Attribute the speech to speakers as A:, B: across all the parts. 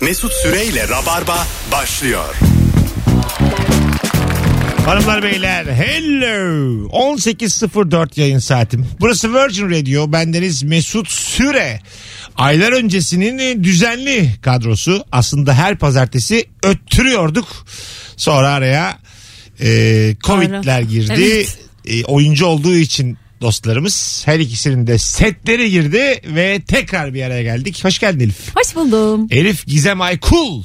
A: Mesut Süreyle Rabarba başlıyor.
B: Hanımlar beyler hello 18.04 yayın saatim burası Virgin Radio bendeniz Mesut Süre aylar öncesinin düzenli kadrosu aslında her pazartesi öttürüyorduk sonra araya e, covidler
C: Doğru.
B: girdi
C: Evet.
B: E, oyuncu olduğu için dostlarımız her ikisinin de setleri girdi ve tekrar bir araya geldik hoş geldin Elif
C: Hoş buldum.
B: Elif Gizem Aykul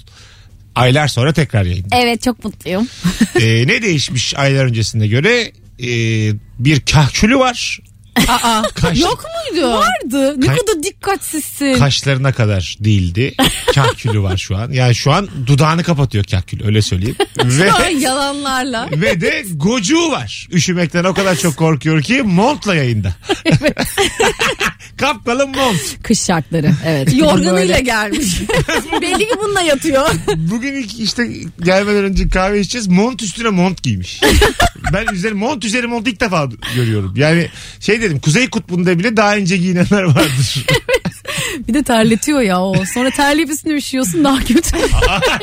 B: aylar sonra tekrar yayın
C: Evet çok mutluyum.
B: Ee, ne değişmiş aylar öncesine göre? Ee, bir kahkülü var.
D: Aa,
B: Kaş-
D: yok muydu?
C: Vardı. Ne
B: Kay-
C: kadar dikkatsizsin.
B: Kaşlarına kadar değildi. Kahkülü var şu an. Yani şu an dudağını kapatıyor kahkülü öyle söyleyeyim. ve
D: Ay, Yalanlarla.
B: ve de gocuğu var. Üşümekten o kadar çok korkuyor ki montla yayında. Kaptalım mont.
C: Kış şartları. Evet.
D: Yorganıyla gelmiş.
C: Belli ki bununla yatıyor.
B: Bugün ilk işte gelmeden önce kahve içeceğiz. Mont üstüne mont giymiş. ben üzeri mont üzeri mont ilk defa görüyorum. Yani şey dedim Kuzey Kutbu'nda bile daha ince giyinenler vardır.
C: Bir de terletiyor ya o. Sonra terleyip üstüne üşüyorsun daha kötü.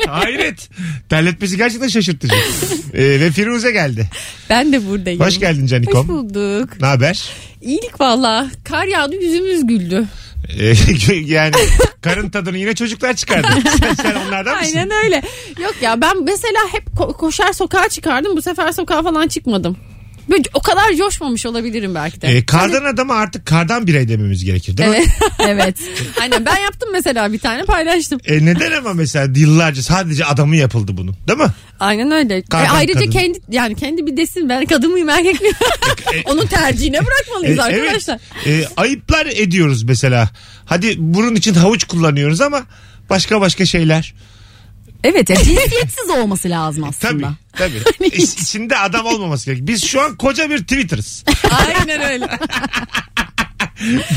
B: Hayret. Terletmesi gerçekten şaşırtıcı. Ee, ve Firuze geldi.
D: ben de buradayım.
B: Hoş geldin
D: Hoş
B: Canikom.
D: bulduk.
B: Ne haber?
D: İyilik valla. Kar yağdı yüzümüz güldü.
B: Ee, yani karın tadını yine çocuklar çıkardı. Sen, sen onlardan mısın?
D: Aynen öyle. Yok ya ben mesela hep ko- koşar sokağa çıkardım. Bu sefer sokağa falan çıkmadım. Böyle o kadar coşmamış olabilirim belki de.
B: Ee, kardan adama artık kardan birey dememiz gerekir değil mi?
D: Evet.
C: evet.
D: Aynen ben yaptım mesela bir tane paylaştım.
B: Ee, neden ama mesela yıllarca sadece adamı yapıldı bunun değil mi?
D: Aynen öyle. E,
B: Kadın,
D: ayrıca
B: kadın.
D: kendi yani kendi bir desin ben kadın mıyım erkek miyim? Onun tercihine bırakmalıyız
B: Ee,
D: arkadaşlar.
B: evet. Ee, ayıplar ediyoruz mesela. Hadi bunun için havuç kullanıyoruz ama başka başka şeyler.
C: Evet ya cinsiyetsiz olması lazım
B: Tabii.
C: aslında.
B: Tabii. İç- İçinde adam olmaması gerek. Biz şu an koca bir Twitter'ız.
D: Aynen öyle.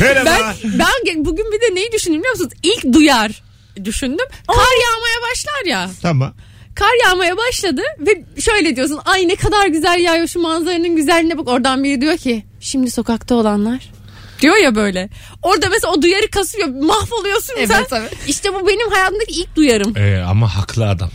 B: Merhaba.
D: ben ben ge- bugün bir de neyi düşündüm biliyor musunuz? İlk duyar düşündüm. Kar yağmaya başlar ya.
B: Tamam.
D: Kar yağmaya başladı ve şöyle diyorsun. Ay ne kadar güzel yağıyor şu manzaranın güzelliğine bak. Oradan biri diyor ki şimdi sokakta olanlar diyor ya böyle. Orada mesela o duyarı kasıyor. Mahvoluyorsun
C: Evet,
D: sen.
C: tabii.
D: İşte bu benim hayatımdaki ilk duyarım.
B: Ee, ama haklı adam.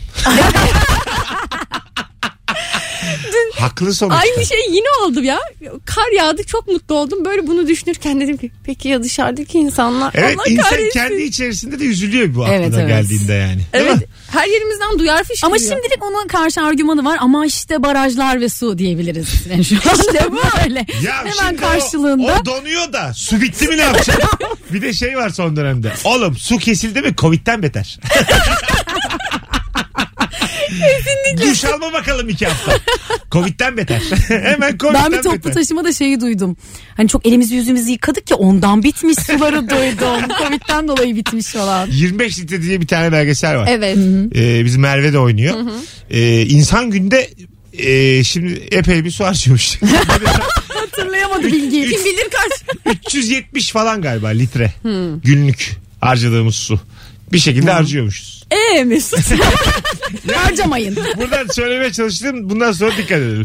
B: haklı sonuçta.
D: Aynı şey yine oldu ya. Kar yağdı çok mutlu oldum. Böyle bunu düşünürken dedim ki peki ya dışarıdaki insanlar?
B: Evet
D: Allah
B: insan
D: kahretsin.
B: kendi içerisinde de üzülüyor bu aklına
C: Evet, evet.
B: geldiğinde yani. Değil
D: Evet.
B: mi?
D: Her yerimizden duyar fışkırıyor.
C: Ama şimdilik onun karşı argümanı var ama işte barajlar ve su diyebiliriz. Yani şu işte bu öyle.
B: Ya
C: Hemen
B: şimdi o-
C: karşılığında.
B: O, donuyor da su bitti mi ne yapacak? bir de şey var son dönemde. Oğlum su kesildi mi Covid'den beter. Kesinlikle. Duş alma bakalım iki hafta. Covid'den beter. Hemen Covid'den
C: Ben bir toplu
B: beter.
C: taşıma da şeyi duydum. Hani çok elimizi yüzümüzü yıkadık ya ondan bitmiş suları duydum. Covid'den dolayı bitmiş falan.
B: 25 litre diye bir tane belgesel var.
D: Evet.
B: Ee, bizim Merve de oynuyor. Ee, insan günde e, şimdi epey bir su harcıyormuş.
C: Hatırlayamadı bilgiyi.
D: Kim bilir kaç.
B: 370 falan galiba litre günlük harcadığımız su. Bir şekilde harcıyormuşuz.
D: Eee Mesut.
C: Harcamayın.
B: Buradan söylemeye çalıştım. Bundan sonra dikkat edelim.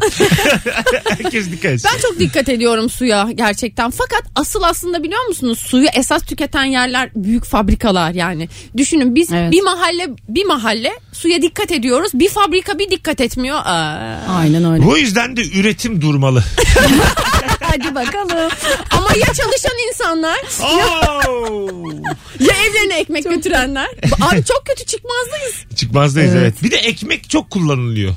B: Herkes dikkat etsin.
D: Ben çok dikkat ediyorum suya gerçekten. Fakat asıl aslında biliyor musunuz suyu esas tüketen yerler büyük fabrikalar yani. Düşünün biz
C: Evet.
D: bir mahalle bir mahalle suya dikkat ediyoruz. Bir fabrika bir dikkat etmiyor. Aa.
C: Aynen öyle.
B: Bu yüzden de üretim durmalı.
C: Hadi bakalım.
D: Ama ya çalışan insanlar
B: Oo!
D: ya evlerine ekmek götürenler. Abi çok kötü çıkmazdayız.
B: Çıkmazdayız evet.
C: Evet.
B: Bir de ekmek çok kullanılıyor.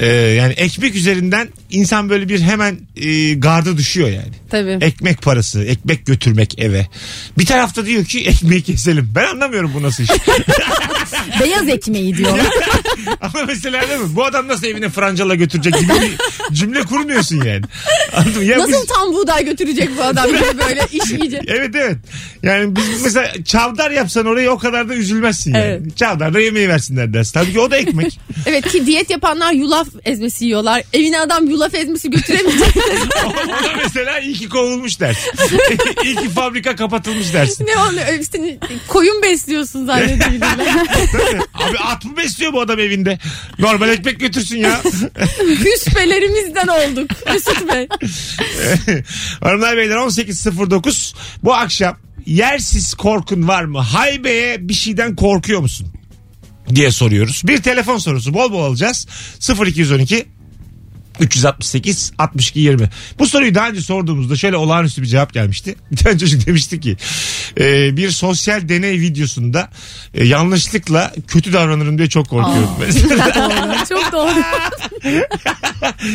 B: Ee, yani ekmek üzerinden insan böyle bir hemen e, garda düşüyor yani.
D: Tabii.
B: Ekmek parası, ekmek götürmek eve. Bir tarafta diyor ki ekmeği keselim. Ben anlamıyorum bu nasıl iş.
C: Beyaz ekmeği diyor.
B: Ama mesela değil mi? Bu adam nasıl evine francala götürecek gibi bir cümle kurmuyorsun yani. Anladın mı? Ya biz-
D: Nasıl tam buğday götürecek bu adam böyle böyle iş iyice.
B: Evet evet. Yani biz mesela çavdar yapsan oraya o kadar da üzülmezsin yani.
D: Evet.
B: Çavdar da yemeği versinler dersin. Tabii ki o da ekmek.
D: Evet ki diyet yapanlar yulaf ezmesi yiyorlar. Evine adam yulaf ezmesi götüremeyecek.
B: o da mesela iyi ki kovulmuş dersin. iyi ki fabrika kapatılmış dersin.
D: ne oluyor? Hepsini koyun besliyorsun zannedebilirler.
B: Değil mi? Abi at mı besliyor bu adam evinde? Normal ekmek götürsün ya.
D: Küspelerimizden olduk Mesut Bey.
B: Hanımlar beyler 18.09 bu akşam yersiz korkun var mı? Haybe'ye bir şeyden korkuyor musun? diye soruyoruz. Bir telefon sorusu bol bol alacağız. 0212 368 62 20. Bu soruyu daha önce sorduğumuzda şöyle olağanüstü bir cevap gelmişti. Bir tane çocuk demişti ki e, bir sosyal deney videosunda e, yanlışlıkla kötü davranırım diye çok korkuyorum. Mesela
D: Çok doğru.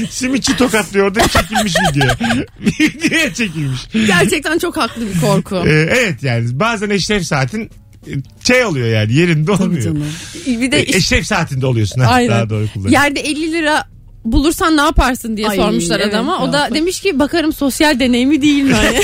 B: simitçi tokatlıyor da çekilmiş video. Videoya çekilmiş.
D: Gerçekten çok haklı bir korku.
B: E, evet yani bazen eşref saatin e, şey oluyor yani yerinde
C: Tabii
B: olmuyor.
C: canım.
D: Bir
B: E,
D: de iş-
B: Eşref saatinde oluyorsun. Ha,
D: Aynen.
B: Daha doğru kullan.
D: Yerde 50 lira bulursan ne yaparsın diye
C: Ay,
D: sormuşlar
C: evet
D: adama.
C: ya.
D: O da demiş ki bakarım sosyal deneyimi değil mi? Hani.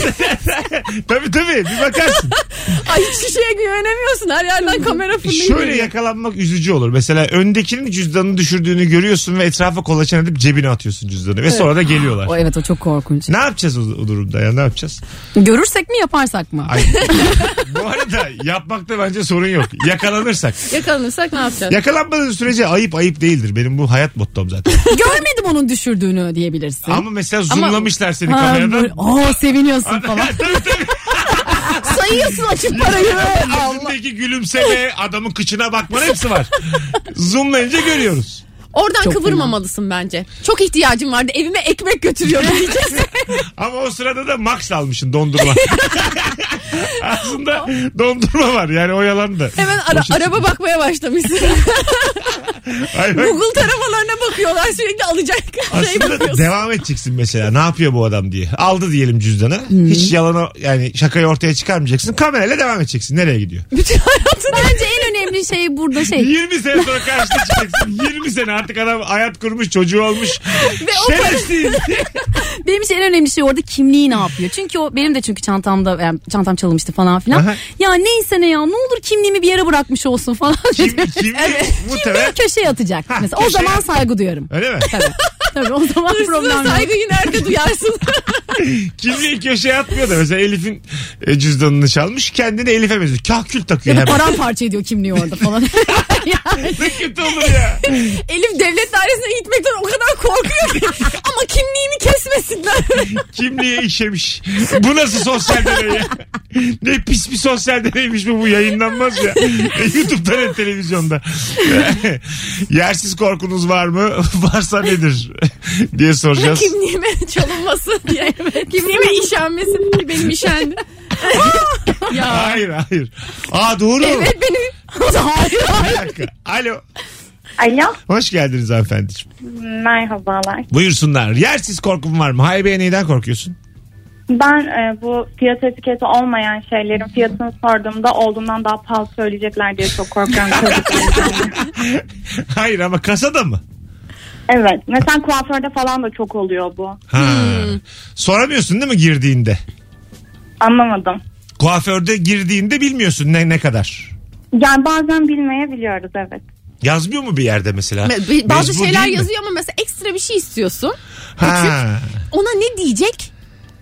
B: Tabii tabii bir bakarsın.
D: Ay hiçbir şeye güvenemiyorsun. Her yerden kamera fırlıyor.
B: Şöyle yakalanmak üzücü olur. Mesela öndekinin cüzdanını düşürdüğünü görüyorsun ve etrafa kolaçan edip cebine atıyorsun cüzdanı. Ve sonra da
C: O
B: geliyorlar.
C: evet o çok korkunç.
B: Ne yapacağız o, o durumda ya ne yapacağız?
C: Görürsek mi yaparsak mı?
B: Ay. Bu arada yapmakta bence sorun yok. Yakalanırsak.
D: Yakalanırsak ne yapacağız?
B: Yakalanmadığın sürece ayıp ayıp değildir. Benim bu hayat mottom zaten.
C: Görmedim onun düşürdüğünü diyebilirsin.
B: Ama mesela
D: Ama-
B: zoomlamışlar seni
C: Ha,
B: kameradan.
C: böyle, "Aa, seviniyorsun falan.
B: tabii tabii.
C: Sayıyorsun açıp parayı. Allah.
B: Yüzündeki gülümseme, adamın kıçına bakmanın hepsi var. Zoomlayınca görüyoruz.
D: Oradan
C: Çok
D: kıvırmamalısın bence. Çok ihtiyacım vardı. Evime ekmek götürüyordum diyeceksin.
B: Ama o sırada da Max almışsın dondurma. Aslında dondurma var yani o yalan da.
D: Hemen ara-
B: Boşa
D: araba bakmaya başlamışsın.
B: Hayır, bak,
D: Google taramalarına bakıyorlar sürekli alacak şey
B: Aslında
D: bakıyorsun.
B: devam edeceksin mesela ne yapıyor bu adam diye. Aldı diyelim cüzdanı. Hiç yalanı yani şakayı ortaya çıkarmayacaksın. Kamerayla devam edeceksin. Nereye gidiyor?
D: Bütün hayatını
C: Bence en önemli şey burada şey.
B: 20 sene sonra karşına çıkacaksın. 20 sene artık adam hayat kurmuş çocuğu olmuş. Şerefsiz.
C: Benim için en önemli şey orada kimliği ne yapıyor. Çünkü o benim de çünkü çantamda yani çantam çalınmıştı falan filan.
B: Aha.
C: Ya neyse ne ya ne olur kimliğimi bir yere bırakmış olsun falan.
B: Kim, kimlik muhtemelen.
C: köşeye atacak.
B: Ha,
C: Mesela o
B: köşeye
C: zaman
B: at.
C: saygı duyuyorum.
B: Öyle mi?
C: Tabii o zaman problem
D: hırsına
C: yok.
D: saygı yine arka duyarsın.
B: Kimliği köşeye atmıyor da mesela Elif'in e, cüzdanını çalmış kendini Elif'e benziyor. Kahkül takıyor
C: Ya da
B: hemen.
C: paramparça ediyor kimliği orada falan. Yani
B: Ne kötü olur ya.
D: Elif devlet dairesine gitmekten o kadar korkuyor ki. Ama kimliğini kesmesinler.
B: Kimliğe işemiş. Bu nasıl sosyal deney ya? Ne pis bir sosyal deneymiş bu bu yayınlanmaz ya. Ne Youtube'da ne televizyonda. Yersiz korkunuz var mı? Varsa nedir? diye soracağız.
D: kimliğime çalınması diye. Kimliğime işenmesi. Benim işendi. ya.
B: Hayır hayır. Aa doğru.
D: Evet benim.
C: hayır.
B: Bir dakika. Alo.
E: Alo.
B: Hoş geldiniz hanımefendiciğim.
E: Merhabalar.
B: Buyursunlar. Yersiz korkum var mı? Haybe'ye neyden korkuyorsun?
E: Ben e, bu fiyat etiketi olmayan şeylerin fiyatını sorduğumda olduğundan daha pahalı söyleyecekler diye çok korkuyorum. çocuklarımdan.
B: Hayır ama kasada mı?
E: evet. Mesela kuaförde falan da çok oluyor bu.
B: Ha. Soramıyorsun değil mi girdiğinde?
E: Anlamadım.
B: Kuaförde girdiğinde bilmiyorsun ne ne kadar.
E: Yani bazen bilmeyebiliyoruz evet.
B: Yazmıyor mu bir yerde mesela?
D: Bazı
B: Mecbur
D: şeyler
B: değil mi?
D: yazıyor ama mesela ekstra bir şey istiyorsun.
B: Ha.
D: Ona ne diyecek?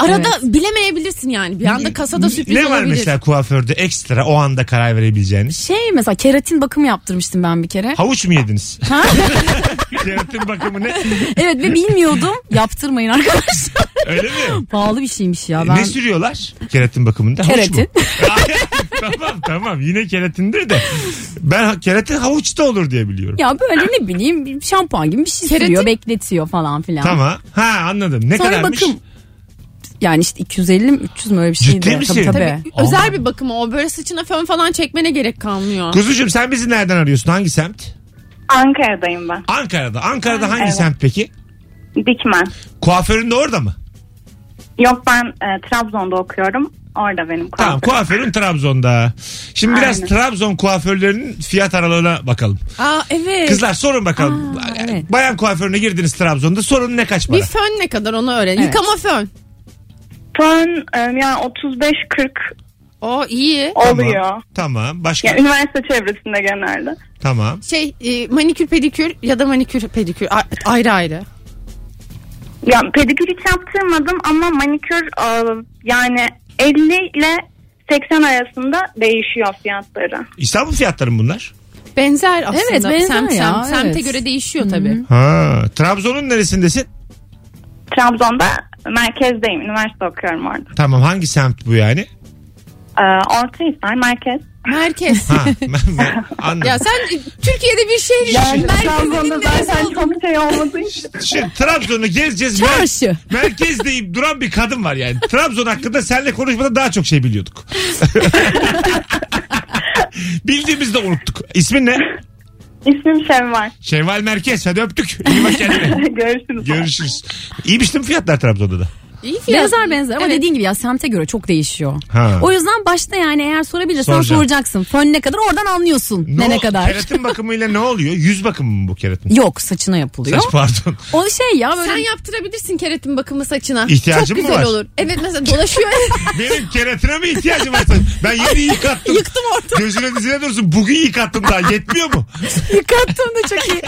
D: Arada bilemeyebilirsin yani. Bir anda kasada sürpriz
B: Ne var
D: olabilir.
B: mesela kuaförde ekstra o anda karar verebileceğiniz?
C: Şey mesela keratin bakımı yaptırmıştım ben bir kere.
B: Havuç mu yediniz?
C: Ha?
B: Keratin bakımı ne?
C: evet ve bilmiyordum. Yaptırmayın arkadaşlar.
B: Öyle mi?
C: Pahalı bir şeymiş ya.
B: E, Ne
C: Ben
B: sürüyorlar keratin bakımında? Havuç
C: Keratin.
B: mu? tamam tamam yine keratindir de. Ben ha- keratin havuçta olur diye biliyorum.
C: ya böyle ne bileyim şampuan gibi bir şey
D: Keratin-
C: sürüyor bekletiyor falan filan.
B: Tamam. Ha anladım. Ne
C: Sonra
B: kadarmış?
C: bakım. Yani işte 250 mi 300 mü öyle bir şeydi.
B: Ciddi misin?
C: Tabii tabii.
D: Tabii, özel bir bakım o. Böyle saçına fön falan çekmene gerek kalmıyor.
B: Kuzucuğum sen bizi nereden arıyorsun? Hangi semt?
E: Ankara'dayım ben.
B: Ankara'da. Ankara'da hangi
E: evet.
B: semt peki?
E: Dikmen.
B: Kuaförün de orada mı?
E: Yok ben e, Trabzon'da okuyorum. Orada benim kuaförüm.
B: Tamam kuaförün Trabzon'da. Şimdi biraz
E: Aynen.
B: Trabzon kuaförlerinin fiyat aralığına bakalım.
D: Aa evet.
B: Kızlar sorun bakalım.
C: Aa, evet.
B: Bayan kuaförüne girdiniz Trabzon'da sorun ne kaç para?
D: Bir fön ne kadar onu öğren.
C: Evet.
D: Yıkama fön.
E: Fön e, yani 35-40
D: O iyi.
B: Tamam.
E: oluyor.
B: Tamam. Başka?
E: Yani üniversite çevresinde genelde.
B: Tamam.
D: Şey e, manikür pedikür ya da manikür pedikür a- ayrı ayrı.
E: Ya pedikür hiç yaptırmadım ama manikür e, yani 50 ile 80 arasında değişiyor fiyatları.
B: İstanbul fiyatları mı bunlar?
D: Benzer aslında.
C: Evet, benzer
D: Semt-
C: ya,
D: semt- Semte
C: evet.
D: göre değişiyor tabii.
B: Ha. Trabzon'un neresindesin?
E: Trabzon'da merkezdeyim. Üniversite okuyorum orada.
B: Tamam hangi semt bu yani?
E: E, Orta İsmail merkez.
D: Merkez.
B: Ha, ben- ben- anladım.
D: ya sen e, Türkiye'de bir şey şehir
E: Yani
D: düşün.
E: Trabzon'da
D: Merkez'in neresi
E: zaten
D: olduğunu
E: çok şey olmadığı için.
B: Şimdi Trabzon'u gezeceğiz. Mer-
C: Çarşı.
B: merkez deyip duran bir kadın var yani. Trabzon hakkında seninle konuşmada daha çok şey biliyorduk. Bildiğimizi de unuttuk. İsmin ne?
E: İsmim Şevval.
B: Şevval Merkez. Hadi öptük. İyi bak kendine.
E: Görüşürüz.
B: Görüşürüz. İyiymiş değil mi fiyatlar Trabzon'da da?
D: İyi ki
C: Benzer benzer ama
D: Evet.
C: dediğin gibi ya semte göre çok değişiyor.
B: Ha.
C: O yüzden başta yani eğer sorabilirsen
B: Soracağım.
C: soracaksın. Fön ne kadar oradan anlıyorsun ne ne
B: o-
C: kadar.
B: Keratin bakımıyla ne oluyor? Yüz bakımı mı bu keratin?
C: Yok saçına yapılıyor.
B: Saç pardon.
C: O şey ya böyle
D: Sen yaptırabilirsin keratin bakımı saçına.
B: İhtiyacın
D: Çok
B: mı
D: güzel
B: var?
D: olur. Evet mesela dolaşıyor.
B: Benim keratine mi ihtiyacım var? saç? Ben yeni yıkattım.
C: yıktım orta
B: Gözüne dizine dursun. Bugün yıkattım daha. Yetmiyor mu?
C: yıkattım da çok iyi.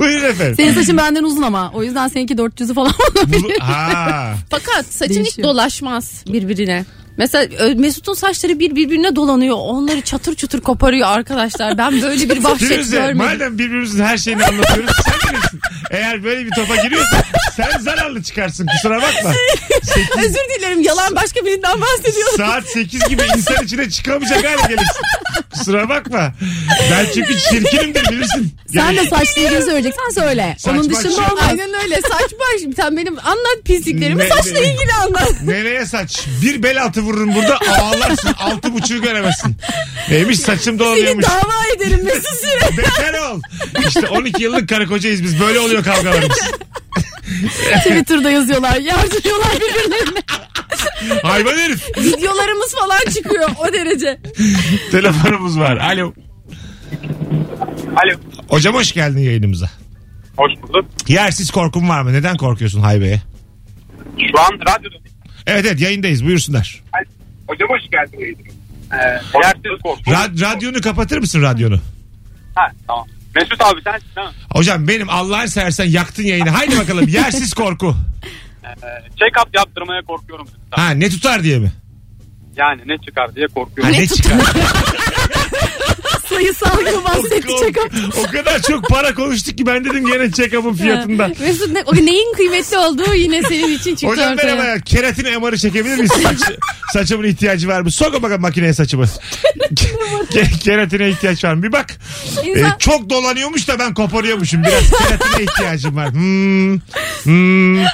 B: Buyurun efendim.
C: Senin saçın benden uzun ama o yüzden seninki 400'ü falan
B: Bu,
C: olabilir.
B: ha.
D: Fakat saçın hiç
C: Değişiyor.
D: dolaşmaz birbirine. Mesela Ö- Mesut'un saçları bir birbirine dolanıyor. Onları çatır çutur koparıyor arkadaşlar. Ben böyle bir vahşet
B: Firuze
D: görmedim.
B: madem birbirimizin her şeyini anlatıyoruz sen bilirsin. Eğer böyle bir topa giriyorsan sen zararlı çıkarsın kusura bakma.
D: Özür dilerim yalan başka birinden bahsediyorum.
B: Saat 8 gibi insan içine çıkamayacak hale gelirsin. Kusura bakma. Ben çünkü çirkinimdir bilirsin.
C: Sen
B: Yani
C: de saçla ilgili söyleyeceksen söyle.
B: Saç
C: Onun
B: baş-
C: dışında olmaz.
D: Aynen öyle saç baş. Sen benim anlat pisliklerimi
B: Ne-
D: saçla
B: ne-
D: ilgili anlat.
B: Nereye saç? Bir bel altı vururum burada ağlarsın. Altı buçuğu göremezsin. Neymiş saçım
D: Seni
B: dolanıyormuş.
D: dava ederim Mesut Süre.
B: Beter ol. İşte 12 yıllık karı kocayız biz. Böyle oluyor kavgalarımız.
C: Twitter'da yazıyorlar. Yardırıyorlar birbirlerine.
B: Hayvan herif.
D: Videolarımız falan çıkıyor o derece.
B: Telefonumuz var. Alo.
F: Alo.
B: Hocam hoş geldin yayınımıza.
F: Hoş bulduk.
B: Yersiz korkun var mı? Neden korkuyorsun haybeye?
F: Şu an radyodayım.
B: Evet evet yayındayız buyursunlar.
F: Hocam hoş geldin yayınıma. Ee, eğer siz korktunuz-
B: Ra- radyonu kapatır mısın radyonu?
F: Ha, tamam. Mesut abi sen ha,
B: Hocam benim Allah'ın seversen yaktın yayını. Haydi bakalım yersiz korku.
F: e, check-up yaptırmaya korkuyorum. Mesut abi.
B: Ha ne tutar diye mi?
F: Yani ne çıkar diye
B: Ha,
F: korkuyorum.
B: ne, çıkar?
C: Sayısal gibi bahsetti
B: o,
C: çakal.
B: o kadar çok para konuştuk ki ben dedim gene check-up'ın fiyatında.
D: Mesut ne- o neyin kıymetli olduğu yine senin için çıktı
B: Hocam
D: ortaya.
B: merhaba ya. Keratin MR'ı çekebilir miyiz? Saç, saçımın ihtiyacı var mı? Sokun bakalım makineye saçımı. Ke- keratine ihtiyaç var mı? Bir bak.
D: İnsan-
B: Ee, çok dolanıyormuş da ben koparıyormuşum. Biraz keratine ihtiyacım var. Hmm. Hmm.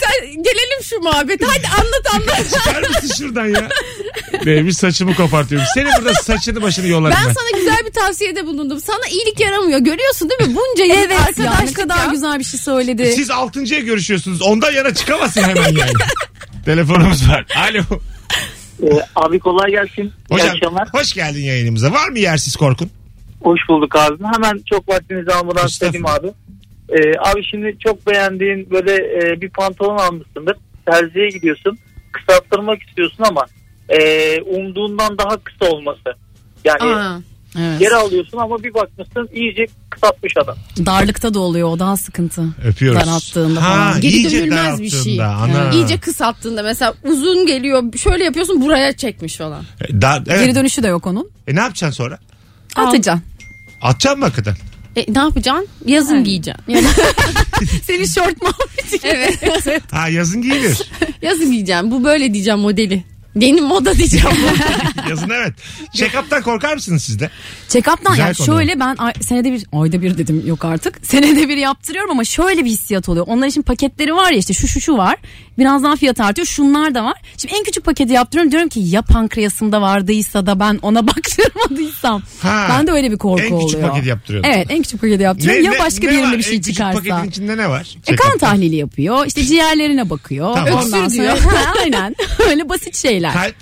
D: Sen- gelelim şu muhabbete. Hadi anlat anlat.
B: Ver misin şuradan ya? Neymiş saçımı kopartıyorum. Senin burada saçını başını yolarım ben.
D: Ben sana güzel bir tavsiyede bulundum. Sana iyilik yaramıyor. Görüyorsun değil mi? Bunca yıl
C: Evet ya ne
D: arkadaşlık
C: kadar
D: ya.
C: güzel bir şey söyledi.
B: Siz altıncıya görüşüyorsunuz. Ondan yana çıkamazsın hemen yani. Telefonumuz var. Alo.
G: Ee, abi kolay gelsin. İyi
B: Hocam
G: akşamlar.
B: hoş geldin yayınımıza. Var mı yersiz korkun?
G: Hoş bulduk abi. Hemen çok vaktinizi almadan
B: Mustafa.
G: söyleyeyim abi. Ee, abi şimdi çok beğendiğin böyle e, bir pantolon almışsındır. Terziye gidiyorsun. Kısalttırmak istiyorsun ama e, umduğundan daha kısa olması. Yani
D: Aa.
C: Evet.
G: geri alıyorsun ama bir bakmışsın iyice kısaltmış adam.
C: Darlıkta da oluyor o daha sıkıntı.
B: Öpüyoruz.
C: Daralttığında
B: Ha,
C: falan.
D: Geri
B: iyice
D: dönülmez bir şey.
B: daralttığında, ana.
D: İyice kısalttığında mesela uzun geliyor. Şöyle yapıyorsun buraya çekmiş falan.
B: E, da- evet.
C: Geri dönüşü de yok onun.
B: E, ne yapacaksın sonra?
C: Atacaksın.
B: Atacaksın mı hakikaten?
D: E, ne yapacaksın? Yazın
C: Aynen.
D: giyeceksin.
C: Senin şort muhabbeti.
D: evet.
B: Ha yazın giyilir.
D: Yazın giyeceksin. Bu böyle diyeceğim modeli. Yeni moda diyeceğim.
B: yazın evet. Check-up'tan korkar mısınız siz de?
C: Check-up'tan
B: Güzel
C: yani
B: konu.
C: şöyle ben ay- senede bir, ayda bir dedim yok artık. Senede bir yaptırıyorum ama şöyle bir hissiyat oluyor. Onlar için paketleri var ya işte şu şu şu var. Birazdan fiyat artıyor. Şunlar da var. Şimdi en küçük paketi yaptırıyorum. Diyorum ki ya pankreasımda vardıysa da ben ona baktırmadıysam.
B: Ha.
C: Ben de öyle bir korku
B: En
C: oluyor.
B: küçük paketi yaptırıyorsun.
C: Evet en küçük paketi yaptırıyorum. ya başka bir
B: var?
C: yerinde bir
B: En
C: şey
B: küçük
C: çıkarsa.
B: paketin içinde ne var?
C: E kan
B: Check-up'ta?
C: tahlili yapıyor. İşte ciğerlerine bakıyor.
B: Tamam.
C: Ondan
D: Öksür
C: sonra-
D: diyor.
C: Ha, Aynen. Öyle basit şeyler.
B: Kalp.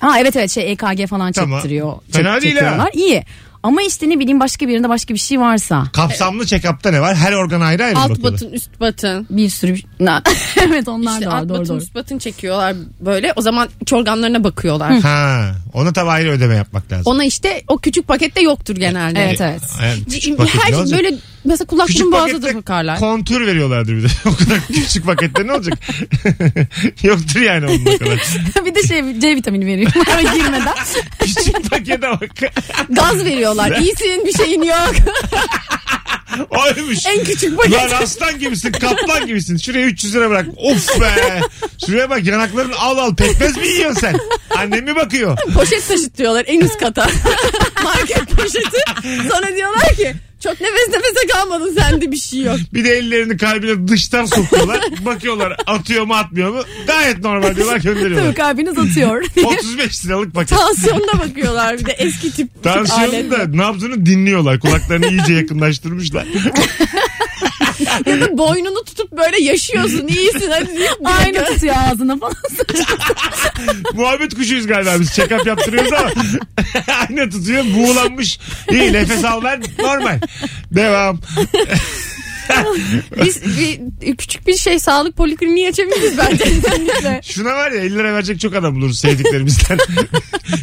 C: Ha evet evet şey EKG falan
B: Tamam.
C: çektiriyor.
B: Fena
C: çek-
B: değil ha.
C: çekiyorlar. İyi. Ama işte ne bileyim başka bir yerinde başka bir şey varsa
B: Kapsamlı check-up'ta ne var? Her organ ayrı ayrı mı
D: Alt
B: bakıyorlar?
D: batın üst batın.
C: bir sürü Na- evet onlar
D: İşte
C: da var
D: alt
C: doğru
D: batın
C: doğru.
D: üst batın çekiyorlar böyle. O zaman iç organlarına bakıyorlar.
B: Ha, ona tabii ayrı ödeme yapmak lazım.
D: Ona işte o küçük pakette yoktur genelde.
C: Evet evet.
B: Yani küçük paket ne
D: Her şey
B: olacak?
D: böyle mesela kulak burun
B: Küçük
D: boğaza da
B: pakette
D: bakarlar.
B: kontür veriyorlardır bir de. o kadar küçük pakette ne olacak? Yoktur yani onun o kadar.
C: bir de şey C vitamini veriyor girmeden.
B: Küçük pakete bak.
D: Gaz veriyorlar. İyisin bir şeyin yok.
B: Oymuş.
D: En küçük paket.
B: Lan aslan gibisin kaplan gibisin. Şuraya 300 lira bırak. Of be. Şuraya bak yanakların al al pekmez mi yiyorsun sen? Annem mi bakıyor?
D: Poşet taşıtıyorlar en üst kata. Market poşeti. Sonra diyorlar ki çok nefes nefese kalmadın sende bir şey yok.
B: Bir de ellerini kalbine dıştan sokuyorlar. Bakıyorlar atıyor mu atmıyor mu? Gayet normal diyorlar gönderiyorlar.
C: Tabii kalbiniz atıyor.
B: 35 liralık paket.
D: Tansiyonuna bakıyorlar bir de eski tip, tip
B: Tansiyonu da
D: aletle.
B: nabzını dinliyorlar. Kulaklarını iyice yakınlaştırmışlar.
D: Ya da boynunu tutup böyle yaşıyorsun iyisin hadi deyip
C: Aynı
D: Aynı.
C: tutuyor ağzına falan.
B: Muhabbet kuşuyuz galiba biz check-up yaptırıyoruz ama ayna tutuyor buğulanmış. İyi nefes al ver normal. Devam.
D: Biz bir- küçük bir şey sağlık polikliniği açabiliriz bence. kesinlikle.
B: Şuna var ya 50 lira verecek çok adam buluruz sevdiklerimizden.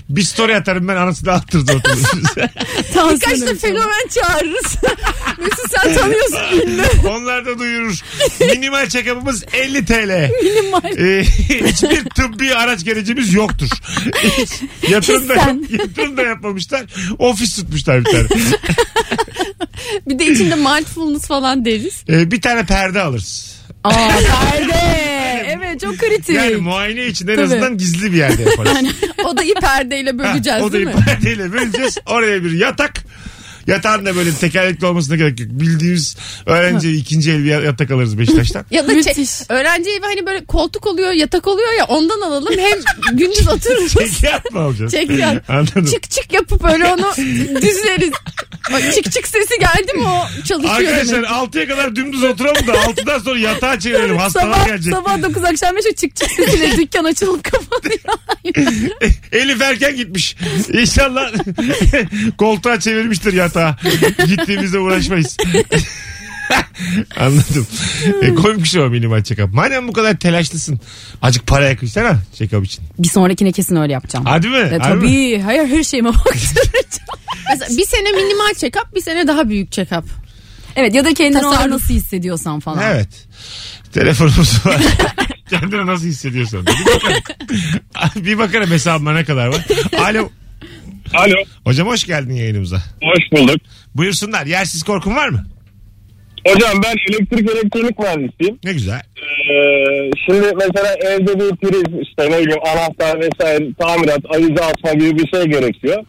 B: bir story atarım ben anası da attırdı otururuz.
D: Birkaç da fenomen çağırırız. Mesut sen tanıyorsun ünlü.
B: Onlar da duyurur. Minimal check-up'ımız 50 TL.
D: Minimal.
B: Ee, hiçbir tıbbi araç gerecimiz yoktur. Hiç yatırım, da,
C: Hissen.
B: yatırım da yapmamışlar. Ofis tutmuşlar bir tane.
D: Bir de içinde mindfulness falan deriz.
B: Ee, bir tane perde alırız.
C: Aa perde. Evet çok kritik.
B: Yani muayene için en
C: Tabii.
B: azından gizli bir yerde yaparız.
D: Odayı perdeyle
B: Ha,
D: böleceğiz
B: odayı
D: değil mi?
B: perdeyle böleceğiz. Oraya bir yatak. Yatağın da böyle tekerlekli olmasına gerek yok. Bildiğimiz öğrenci ikinci el bir yatak alırız Beşiktaş'tan.
D: Ya da
C: Müthiş.
D: çe- öğrenci evi hani böyle koltuk oluyor, yatak oluyor ya ondan alalım. Hem gündüz otururuz.
B: Peki yapma alacağız.
D: Çekyat.
B: Anladım.
D: çık çık yapıp öyle onu düzleriz. Bak çık çık sesi geldi mi o çalışıyor
B: Arkadaşlar
D: demek.
B: 6'ya kadar dümdüz oturalım da 6'dan sonra yatağa çevirelim. Hastalar
C: Sabah,
B: gelecek.
C: sabah 9 akşam 5 çık çık sesiyle dükkan açılıp kapanıyor.
B: Elif erken gitmiş. İnşallah koltuğa çevirmiştir yatağı. Gittiğimizde uğraşmayız. Anladım. E, komik bir şey o minimal check-up. Madem bu kadar telaşlısın. Azıcık para yakışsana check-up için.
C: Bir sonrakine kesin öyle yapacağım.
B: Hadi mi?
C: Ya,
B: Harbi mi?
C: E, tabii. Hayır her şeyime baktıracağım.
D: Mesela bir sene minimal check-up bir sene daha büyük check-up.
C: evet ya da kendini o an
D: Tasarruf.
C: nasıl hissediyorsan falan.
B: Evet. Telefonumuz var. Kendini nasıl hissediyorsan. Bir bakarım. bir bakarım hesabıma ne kadar var. Alo.
F: Alo.
B: Hocam hoş geldin yayınımıza.
F: Hoş bulduk.
B: Buyursunlar. Yersiz korkun var mı?
F: Hocam ben elektrik elektronik mühendisiyim.
B: Ne güzel.
F: Ee, şimdi mesela evde bir priz işte ne bileyim anahtar vesaire tamirat avize atma gibi bir şey gerekiyor.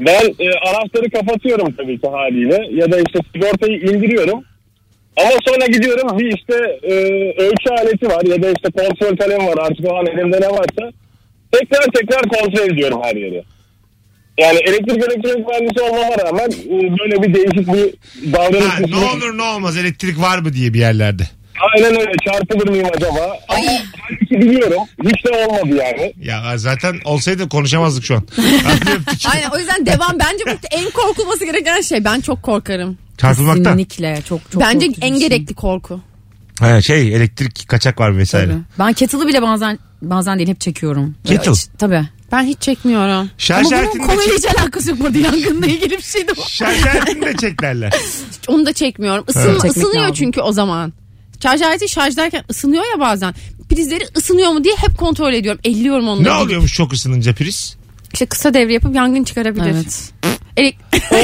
F: Ben e, anahtarı kapatıyorum tabii ki haliyle ya da işte sigortayı indiriyorum. Ama sonra gidiyorum bir işte e, ölçü aleti var ya da işte kontrol kalem var artık o an elimde ne varsa. Tekrar tekrar kontrol ediyorum her yeri. Yani elektrik elektronik mühendisi olmama rağmen e, böyle bir değişik bir davranış.
B: Ha, ne olur ne olmaz elektrik var mı diye bir yerlerde.
F: Aynen öyle çarpılır mıyım acaba? Ama halbuki biliyorum. Hiç de olmadı yani.
B: Ya zaten olsaydı konuşamazdık şu an. Hadi öptük.
D: Aynen o yüzden devam bence bu en korkulması gereken şey. Ben çok korkarım.
B: Çarpılmaktan.
C: Kesinlikle çok çok
D: bence
C: korkutucu
D: en
C: bir şey.
D: gerekli korku.
B: Ha, şey elektrik kaçak var vesaire.
C: Tabii. Ben kettle'ı bile bazen bazen değil hep çekiyorum.
B: Kettle?
C: Hiç- Tabii.
D: Ben hiç çekmiyorum.
B: Şarj
C: Ama bunun
B: aletini de
C: konuyla
B: çek.
C: hiç alakası yok burada yangınla ilgili bir şey de var.
B: Şarj aletini de çek derler.
D: Onu da çekmiyorum. Isınma,
C: Evet. Çekmek
D: ısınıyor
C: lazım.
D: çünkü o zaman. Şarj aleti şarjdayken ısınıyor ya bazen. Prizleri ısınıyor mu diye hep kontrol ediyorum. Elliyorum onları.
B: Ne oluyormuş çok ısınınca priz?
D: İşte kısa devre yapıp yangın çıkarabilir.
C: Evet.
D: Elek-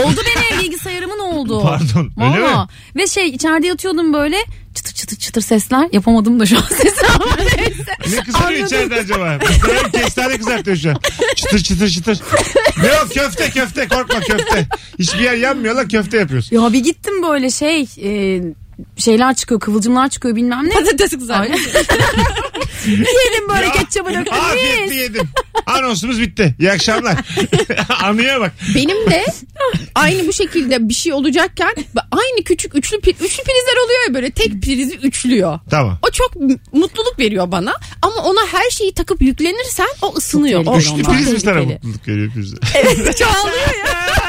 C: oldu benim bilgisayarımın oldu.
B: Pardon, öyle
C: Valla.
B: mi?
C: Ve şey içeride yatıyordum böyle çıtır çıtır çıtır sesler. Yapamadım da şu an sesi ama neyse.
B: Ne kızarıyor
C: Anladım.
B: içeride acaba? Kızarıyor, kestane kızartıyor şu an. Çıtır çıtır çıtır. Ne o köfte köfte korkma köfte. Hiçbir yer yanmıyor lan köfte yapıyorsun.
C: Ya bir gittim böyle şey e, şeyler çıkıyor kıvılcımlar çıkıyor bilmem ne.
D: Patates kızartması.
C: Yedim böyle
B: Ya,
C: ketçaba
B: Afiyetle
C: döktüm.
B: yedim. Anonsumuz bitti. İyi akşamlar. Anıya bak.
D: Benim de aynı bu şekilde bir şey olacakken aynı küçük üçlü pri- üçlü prizler oluyor ya böyle tek prizi üçlüyor.
B: Tamam.
D: O çok m- mutluluk veriyor bana ama ona her şeyi takıp yüklenirsen o ısınıyor.
C: tehlikeli
D: O
B: Üçlü
C: onlar.
B: priz mi sana
C: Tehlikeli.
B: mutluluk veriyor prize?
D: çoğalıyor ya.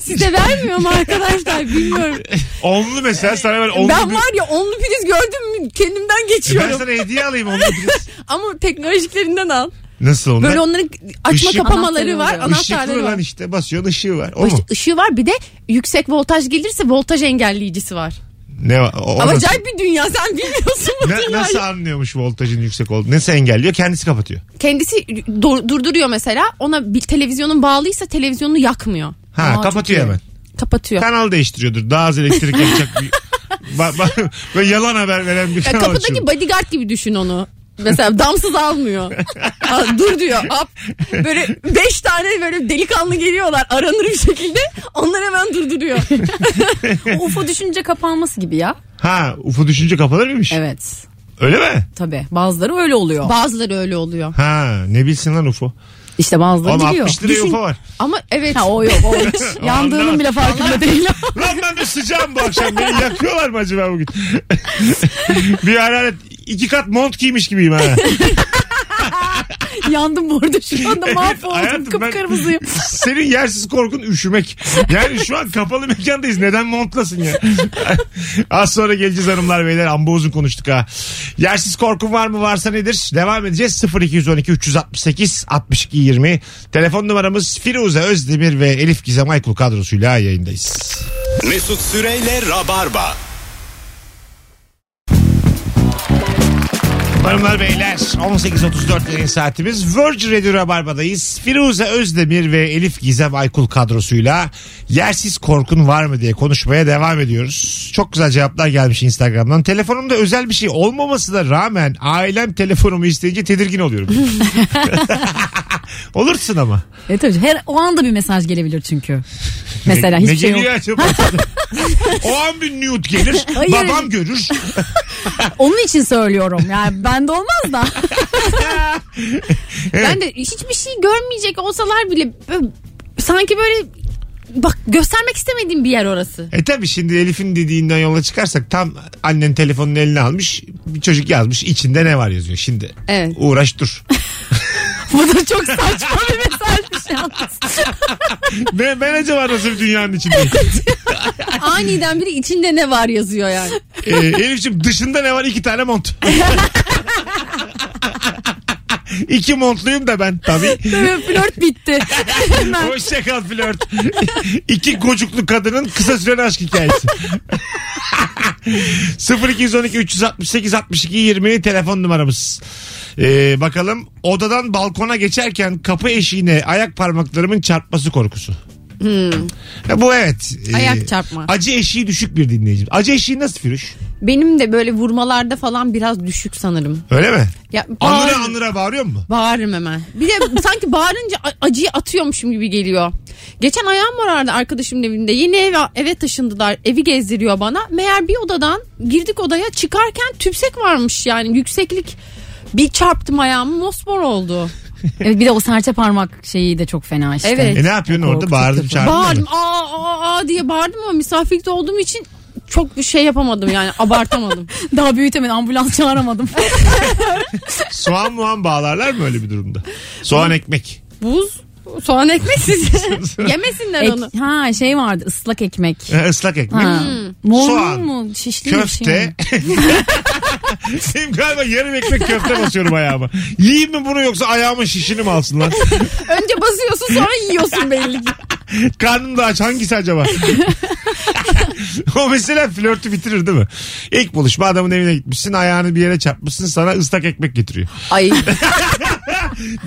D: Size vermiyor mu arkadaşlar bilmiyorum.
B: Onlu mesela sana böyle onlu
D: ben
B: bir-
D: var ya onlu priz gördüm mü kendimden
B: Ben
D: geçiyorum.
B: sana hediye alayım onlu priz.
D: Ama teknolojiklerinden al.
B: Nasıl onlar?
D: Böyle onların açma
B: Işık-
D: kapamaları var,
C: Anahtarı
B: Işıklı
D: anahtarları var.
B: lan işte basıyorsun ışığı var. O mu?
D: Işığı- Işığı var bir de yüksek voltaj gelirse voltaj engelleyicisi var.
B: Ne var? O- o
D: Ama
B: nasıl?
D: acayip bir dünya sen bilmiyorsun bu
B: Ne-
D: dünyayı.
B: nasıl anlıyormuş voltajın yüksek olduğunu? Nasıl engelliyor? Kendisi kapatıyor.
D: Kendisi dur- durduruyor mesela ona bir televizyonun bağlıysa televizyonu yakmıyor.
B: Ha
C: Aa, çok
B: kapatıyor
C: iyi.
B: hemen.
D: Kapatıyor.
B: Kanal değiştiriyordur. Daha az elektrik yapacak bir... Ba- ba- Böyle yalan haber veren bir
D: Ya
B: kanal açıyor.
D: kapıdaki bodyguard gibi düşün onu. Mesela damsız almıyor. Ha, Dur diyor. Hop. Böyle beş tane böyle delikanlı geliyorlar aranır bir şekilde. Onlar hemen durduruyor.
C: O UFO düşünce kapanması gibi ya.
B: Ha UFO düşünce kapanır mıymış?
C: Evet.
B: Öyle mi?
C: Tabii. Bazıları öyle oluyor.
D: Bazıları öyle oluyor.
B: Ha ne bilsin lan UFO.
C: işte bazıları
B: Oğlum
C: biliyor.
B: 60 liraya
C: Düşün-
B: UFO var.
D: Ama evet.
C: Ha o yok o hiç. Yandığının bile farkında değil.
B: Lan ben de sıcağım bu akşam. Beni yakıyorlar mı acaba bugün? bir hararet iki kat mont giymiş gibiyim ha.
C: Yandım bu arada şu anda mahvoldum.
B: Hayatım ben-
C: Kıpkırmızıyım.
B: Senin yersiz korkun üşümek. Yani şu an kapalı mekandayız. Neden montlasın ya? Az sonra geleceğiz hanımlar beyler. Amba uzun konuştuk ha. Yersiz korkun var mı? Varsa nedir? Devam edeceğiz. 0212 368 62 20. Telefon numaramız Firuze Özdemir ve Elif Gizem Aykul kadrosuyla yayındayız.
A: Mesut Süreyle Rabarba.
B: Hanımlar beyler 18.34 yayın saatimiz Virgin Radio Rabarba'dayız. Firuze Özdemir ve Elif Gizem Aykul kadrosuyla yersiz korkun var mı diye konuşmaya devam ediyoruz. Çok güzel cevaplar gelmiş Instagram'dan. Telefonumda özel bir şey olmamasına rağmen ailem telefonumu isteyince tedirgin oluyorum. Olursun ama.
C: Evet E, tabii. Her, o anda bir mesaj gelebilir çünkü. Mesela
B: ne,
C: hiçbir
B: ne
C: şey yok.
B: geliyor acaba? o an bir nude gelir.
C: Hayır.
B: Babam görür.
C: Onun için söylüyorum. Yani bende olmaz da.
D: Ben de hiçbir şey görmeyecek olsalar bile böyle- sanki böyle bak göstermek istemediğim bir yer orası.
B: E tabi şimdi Elif'in dediğinden yola çıkarsak tam annen telefonun eline almış bir çocuk yazmış içinde ne var yazıyor şimdi.
D: Evet.
B: Uğraş dur.
C: Bu da çok saçma bir mesajmış yalnız.
B: ben, ben acaba nasıl bir dünyanın içindeyim?
D: Aniden biri içinde ne var yazıyor yani.
B: e, Elif'ciğim dışında ne var iki tane mont. İki montluyum da ben tabii.
C: Tabii flört bitti. Hemen.
B: Hoşçakal flört. İki gocuklu kadının kısa süren aşk hikayesi. 0212 368 62 20 telefon numaramız. Ee, bakalım odadan balkona geçerken kapı eşiğine ayak parmaklarımın çarpması korkusu. Ya bu evet. Ee,
D: Hmm. Ayak çarpma.
B: Acı eşiği düşük bir dinleyicim. Acı eşiği nasıl Firuş?
D: Benim de böyle vurmalarda falan biraz düşük sanırım.
B: Öyle mi?
D: Ya,
B: Anıra
D: bağır-
B: anıra bağırıyor mu?
D: Bağırırım hemen. Bir de sanki bağırınca a- acıyı atıyormuşum gibi geliyor. Geçen ayağım varardı arkadaşımın evinde. Yeni eve, eve taşındılar. Evi gezdiriyor bana. Meğer bir odadan girdik odaya çıkarken tüpsek varmış yani yükseklik. Bir çarptım ayağımı mosmor oldu.
C: Evet, bir de o serçe parmak şeyi de çok fena işte.
D: Evet.
B: E ne yapıyorsun orada?
C: Korkutucu.
B: Bağırdım çağırdım.
D: Bağırdım aa, aa aa diye bağırdım ama misafirlikte olduğum için çok şey yapamadım yani abartamadım.
C: Daha büyütemedim ambulans çağıramadım.
B: Soğan muhan bağlarlar mı öyle bir durumda? Soğan ekmek.
D: Buz soğan ekmeksiz yemesinler
C: Ek-
D: onu.
C: ha şey vardı ıslak ekmek.
B: E, ıslak ekmek.
C: Ha. Morlu
B: Soğan,
C: mu? Şişli mi? bir şey mi?
B: köfte. Benim galiba yarım ekmek köfte basıyorum ayağıma. Yiyeyim mi bunu yoksa ayağımın şişini mi alsınlar?
D: Önce basıyorsun sonra yiyorsun belli ki.
B: Karnım da aç hangisi acaba? o mesela flörtü bitirir değil mi? İlk buluşma adamın evine gitmişsin ayağını bir yere çarpmışsın sana ıslak ekmek getiriyor.
D: Ay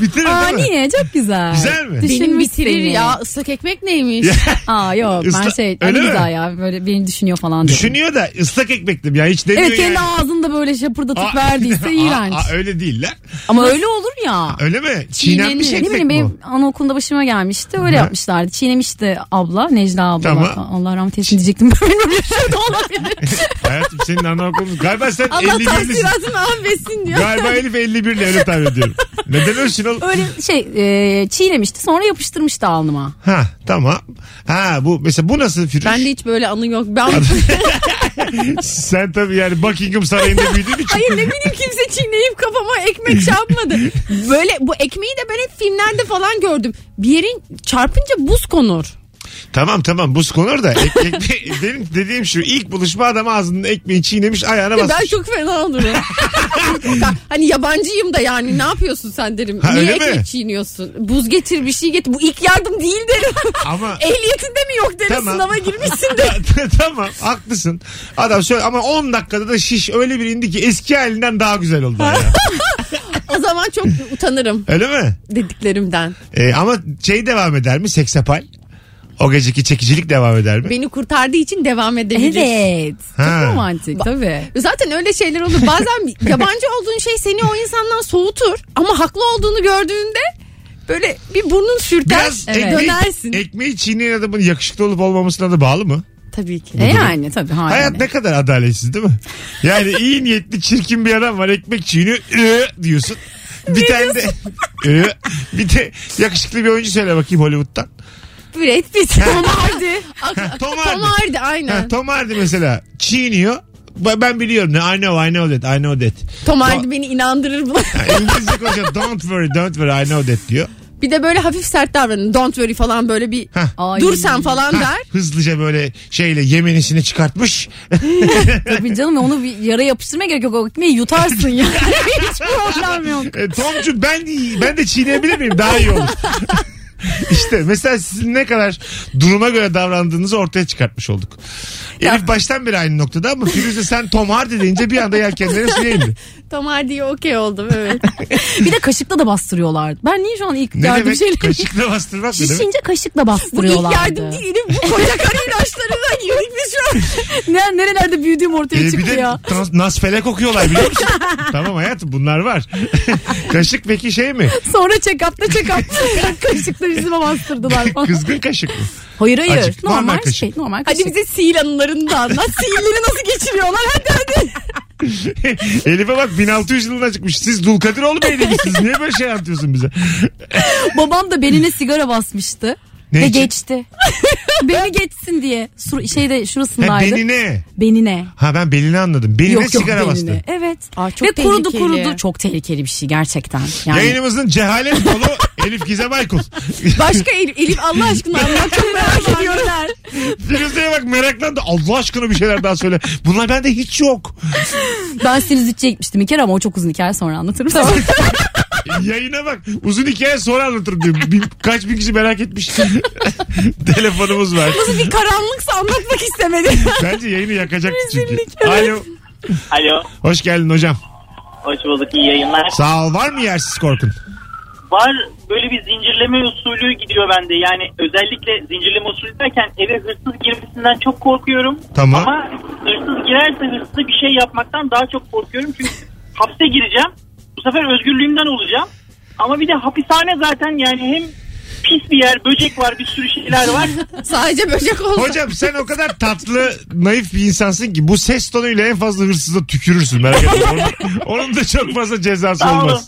B: Bitirir
C: Aa
B: değil mi?
C: niye? Çok güzel.
B: Güzel mi?
D: Benim
C: Düşünmüş
D: bitirir
C: seni.
D: ya ıslak ekmek neymiş?
C: Aa yok ben
B: Isla-
C: şey
B: Öyle
C: öyle
B: mi?
C: güzel ya böyle beni düşünüyor falan dedim.
B: Düşünüyor da ıslak ekmektim ya hiç demiyor
C: Evet kendi
B: yani.
C: ağzında böyle şapırdatıp
B: Aa,
C: verdiyse iğrenç.
B: Aa, aa, öyle değil lan.
C: Ama öyle olur ya.
B: Öyle mi? Çiğnenmiş
C: Ne
B: ekmek
C: bileyim
B: mi? o?
C: benim anaokulunda başıma gelmişti. Öyle
B: Hı.
C: yapmışlardı. Çiğnemişti abla Necla abla.
B: Tamam.
C: Bak, Allah rahmet eylesin diyecektim. Bilmiyorum öyle şey de olabilir.
B: Hayatım senin anaokulun. Galiba sen
D: Allah
B: 51'lisin.
D: tafsiratını affetsin diyor.
B: Galiba Elif 51 ile öyle tahmin ediyorum. Neden ölsün oğlum?
C: Öyle şey e, çiğnemişti sonra yapıştırmıştı alnıma.
B: Ha tamam. Ha bu mesela bu nasıl Firuş?
D: Ben de hiç böyle anı yok. Ben
B: Sen tabii yani Buckingham Sarayı'nda büyüdüğün için.
D: hayır ne bileyim kimse çiğneyip kafama ekmek çarpmadı. Böyle bu ekmeği de ben hep filmlerde falan gördüm. Bir yerin çarpınca buz konur.
B: Tamam tamam buz konur da. Ek, ek- benim dediğim şu ilk buluşma adam ağzının ekmeği çiğnemiş ayağına basmış.
D: Ben çok fena olurum. hani yabancıyım da yani ne yapıyorsun sen derim.
B: Ha,
D: Niye
B: öyle mi?
D: ekmek çiğniyorsun? Buz getir bir şey getir. Bu ilk yardım değil derim.
B: Ama-
D: Ehliyetinde mi yok derim.
B: Tamam.
D: e, Sınava girmişsin de.
B: tamam haklısın. Adam söyle ama 10 dakikada da şiş öyle bir indi ki eski halinden daha güzel oldu. ayağı.
D: O zaman çok utanırım
B: öyle mi? E,
D: dediklerimden.
B: Ee, ama şey devam eder mi? Seksapal. O geceki çekicilik devam eder mi?
D: Beni kurtardığı için devam edebilir.
C: Evet.
B: Ha.
C: Çok romantik tabii.
D: Zaten öyle şeyler olur. Bazen yabancı olduğun şey seni o insandan soğutur ama haklı olduğunu gördüğünde böyle bir burnun sürter.
B: Biraz e-
D: Evet.
B: ekmeği,
D: dönersin.
B: ekmeği çiğneyen adamın yakışıklı olup olmamasına da bağlı mı?
D: Tabii ki.
C: E yani tabii. E, haliyle.
B: Hayat ne kadar adaletsiz değil mi? Yani iyi niyetli çirkin bir adam var ekmek çiğniyor "Iı" diyorsun. Bir tane de "Iı". bir de yakışıklı bir oyuncu söyle bakayım Hollywood'dan.
D: Brad Pitt. Tom Hardy.
B: Tom
D: Tom
B: Hardy.
D: Hardy aynen.
B: Ha, Tom Hardy mesela çiğniyor. Ben ben biliyorum. I know, I know that, I know that.
D: Tom Hardy beni inandırır. bu.
B: Ha, İngilizce konuşuyor. Don't worry, don't worry, I know that diyor.
D: bir de böyle hafif sert davranın. Don't worry falan böyle bir
B: Hah.
C: Ay.
D: dur sen falan
B: Ha,
D: der.
B: hızlıca böyle şeyle yeminisini çıkartmış.
C: Tabii canım onu bir yara yapıştırmaya gerek yok. O ekmeği yutarsın yani. Hiç problem yok.
B: E, Tomcu ben ben de çiğneyebilir miyim? Daha iyi olur. işte mesela sizin ne kadar duruma göre davrandığınızı ortaya çıkartmış olduk. Elif baştan beri aynı noktada ama Firuze sen Tom Hardy deyince bir anda yelkenlere suya indi.
D: Tom Hardy'ye okey oldum evet.
C: Bir de kaşıkla da bastırıyorlar. Ben niye şu an ilk
B: Ne
C: yardım
B: demek?
C: şeyleri...
B: Kaşıkla bastırmak mı demek?
C: Şişince
D: bu
C: kaşıkla
D: ilk
C: bastırıyorlar.
D: yardım değil bu koca karı ilaçlarına girdik biz şu an.
C: Ne, nerelerde büyüdüğüm ortaya
B: E, bir
C: çıktı
B: de
C: ya.
B: trans- nasfelek okuyorlar biliyor musun? tamam hayatım bunlar var. kaşık peki şey mi?
C: Sonra check-up'ta check-up. kaşıkla yüzüme bastırdılar falan.
B: Kızgın kaşık mı?
C: Hayır hayır.
B: Acık, normal
C: normal,
B: kaşık.
C: şey. Normal
D: Hadi
C: kaşık.
D: bize sihir anılarını da anlat. Sihirleri nasıl geçiriyorlar hadi hadi.
B: Elif'e bak 1600 yılına çıkmış. Siz Dulkadiroğlu Bey'le gitsiniz. Niye böyle şey anlatıyorsun bize?
C: Babam da beline sigara basmıştı.
B: Ne
C: ve
B: için?
C: geçti. Beni geçsin diye. Sur- şeyde
B: Ha,
C: şurasındaydı.
B: E, beline.
C: Benine.
B: Ha ben belini anladım. Beline
C: Yok yok
B: sigara
C: benine.
B: bastı.
C: Evet.
D: çok
C: Ve kurudu
D: tehlikeli.
C: kurudu. Çok tehlikeli bir şey gerçekten. Yani
B: Yayınımızın cehalet dolu Elif Gizem Aykul.
D: Başka Elif, Elif Allah aşkına anlat çok merak ediyorum.
B: Firuze'ye bak meraklandı. Allah aşkına bir şeyler daha söyle. Bunlar bende hiç yok.
C: ben sinüzitçiye gitmiştim bir kere ama o çok uzun hikaye sonra anlatırım. Tamam.
B: Yayına bak. Uzun hikaye sonra anlatırım diyor. Bir- kaç bin kişi merak etmiş. Telefonumuz var.
D: Bir karanlıksa anlatmak istemedim.
B: Bence yayını yakacak çünkü. Alo.
H: Alo.
B: Hoş geldin hocam.
H: Hoş bulduk. iyi yayınlar.
B: Sağ ol. Var mı yersiz korkun?
H: Var böyle bir zincirleme usulü gidiyor bende. Yani özellikle zincirleme usulü derken eve hırsız girmesinden çok korkuyorum.
B: Tamam.
H: Ama hırsız girerse hırsızı bir şey yapmaktan daha çok korkuyorum. Çünkü hapse gireceğim. Bu sefer özgürlüğümden olacağım. Ama bir de hapishane zaten yani hem pis bir yer, böcek var, bir sürü şeyler var.
D: Sadece böcek olsa.
B: Hocam sen o kadar tatlı, naif bir insansın ki bu ses tonuyla en fazla hırsıza tükürürsün merak etme. Onun, onun da çok fazla cezası
H: Sağ olun.
B: olmaz.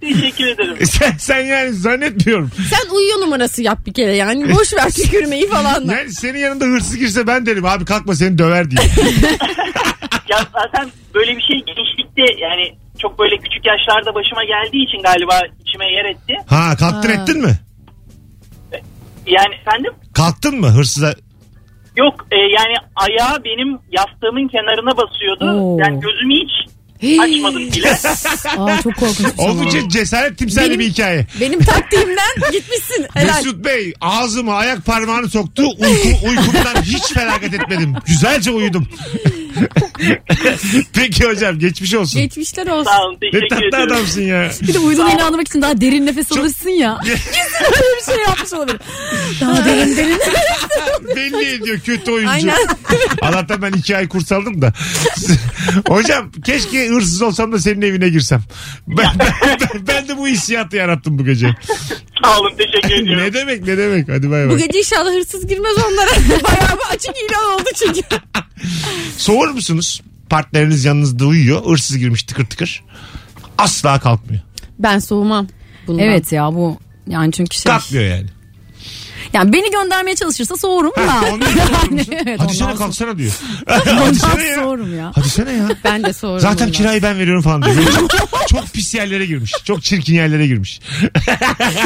H: Teşekkür ederim.
B: E Sen, sen yani zannetmiyorum.
D: Sen uyuyor numarası yap bir kere yani. Boş ver tükürmeyi falan. da.
B: Yani senin yanında hırsız girse ben derim abi kalkma seni döver diye.
H: Ya zaten böyle bir şey gençlikte yani çok böyle küçük yaşlarda başıma geldiği için galiba içime yer etti.
B: Ha kalktın
D: Ha.
B: ettin mi?
H: Yani efendim
B: Kalktın mı hırsıza?
H: yok e, yani ayağı benim yastığımın kenarına basıyordu.
C: Oo.
H: Yani gözümü hiç açmadım bile.
C: Aa, çok korkunç. bir şey.
B: Oldukça cesaret timsali
D: Benim-
B: bir hikaye.
D: Benim taktiğimden gitmişsin. Helal.
B: Mesut Bey ağzıma ayak parmağını soktu. Uyku, uykumdan hiç felaket etmedim. Güzelce uyudum. Peki hocam geçmiş olsun.
D: Geçmişler olsun.
H: Sağ olun
B: ne
H: teşekkür
B: tatlı
H: ederim.
B: adamsın ya.
C: Bir de uyduğuna inanmak için daha derin nefes alırsın ya. Kesin öyle bir şey yapmış olabilir. Daha derin derin.
B: Belli ediyor kötü oyuncu.
D: Aynen.
B: Allah'tan ben iki ay kurs aldım da. Hocam keşke hırsız olsam da senin evine girsem. Ben, ben, ben- ben de bu hissiyatı yarattım bu gece.
H: Sağ olun teşekkür ediyorum.
B: ne demek ne demek hadi bay
D: Bu
B: bay.
D: gece inşallah hırsız girmez onlara. Bayağı bir açık ilan oldu çünkü.
B: Soğur musunuz? Partneriniz yanınızda uyuyor. Hırsız girmiş tıkır tıkır. Asla kalkmıyor.
D: Ben soğumam. Bundan.
C: evet ya bu yani çünkü şey.
B: Kalkmıyor yani.
C: Yani beni göndermeye çalışırsa soğurum da.
B: Ha, ondan sonra
C: Yani evet,
B: Hadi sana
C: ondan sonra-
B: kalksana diyor.
C: Ondan
B: Hadi sana ya.
C: soğurum ya.
B: Hadi sana ya.
D: Ben de soğurum.
B: Zaten
D: bundan.
B: kirayı ben veriyorum falan diyor. Böyle Çok, çok pis yerlere girmiş. Çok çirkin yerlere girmiş.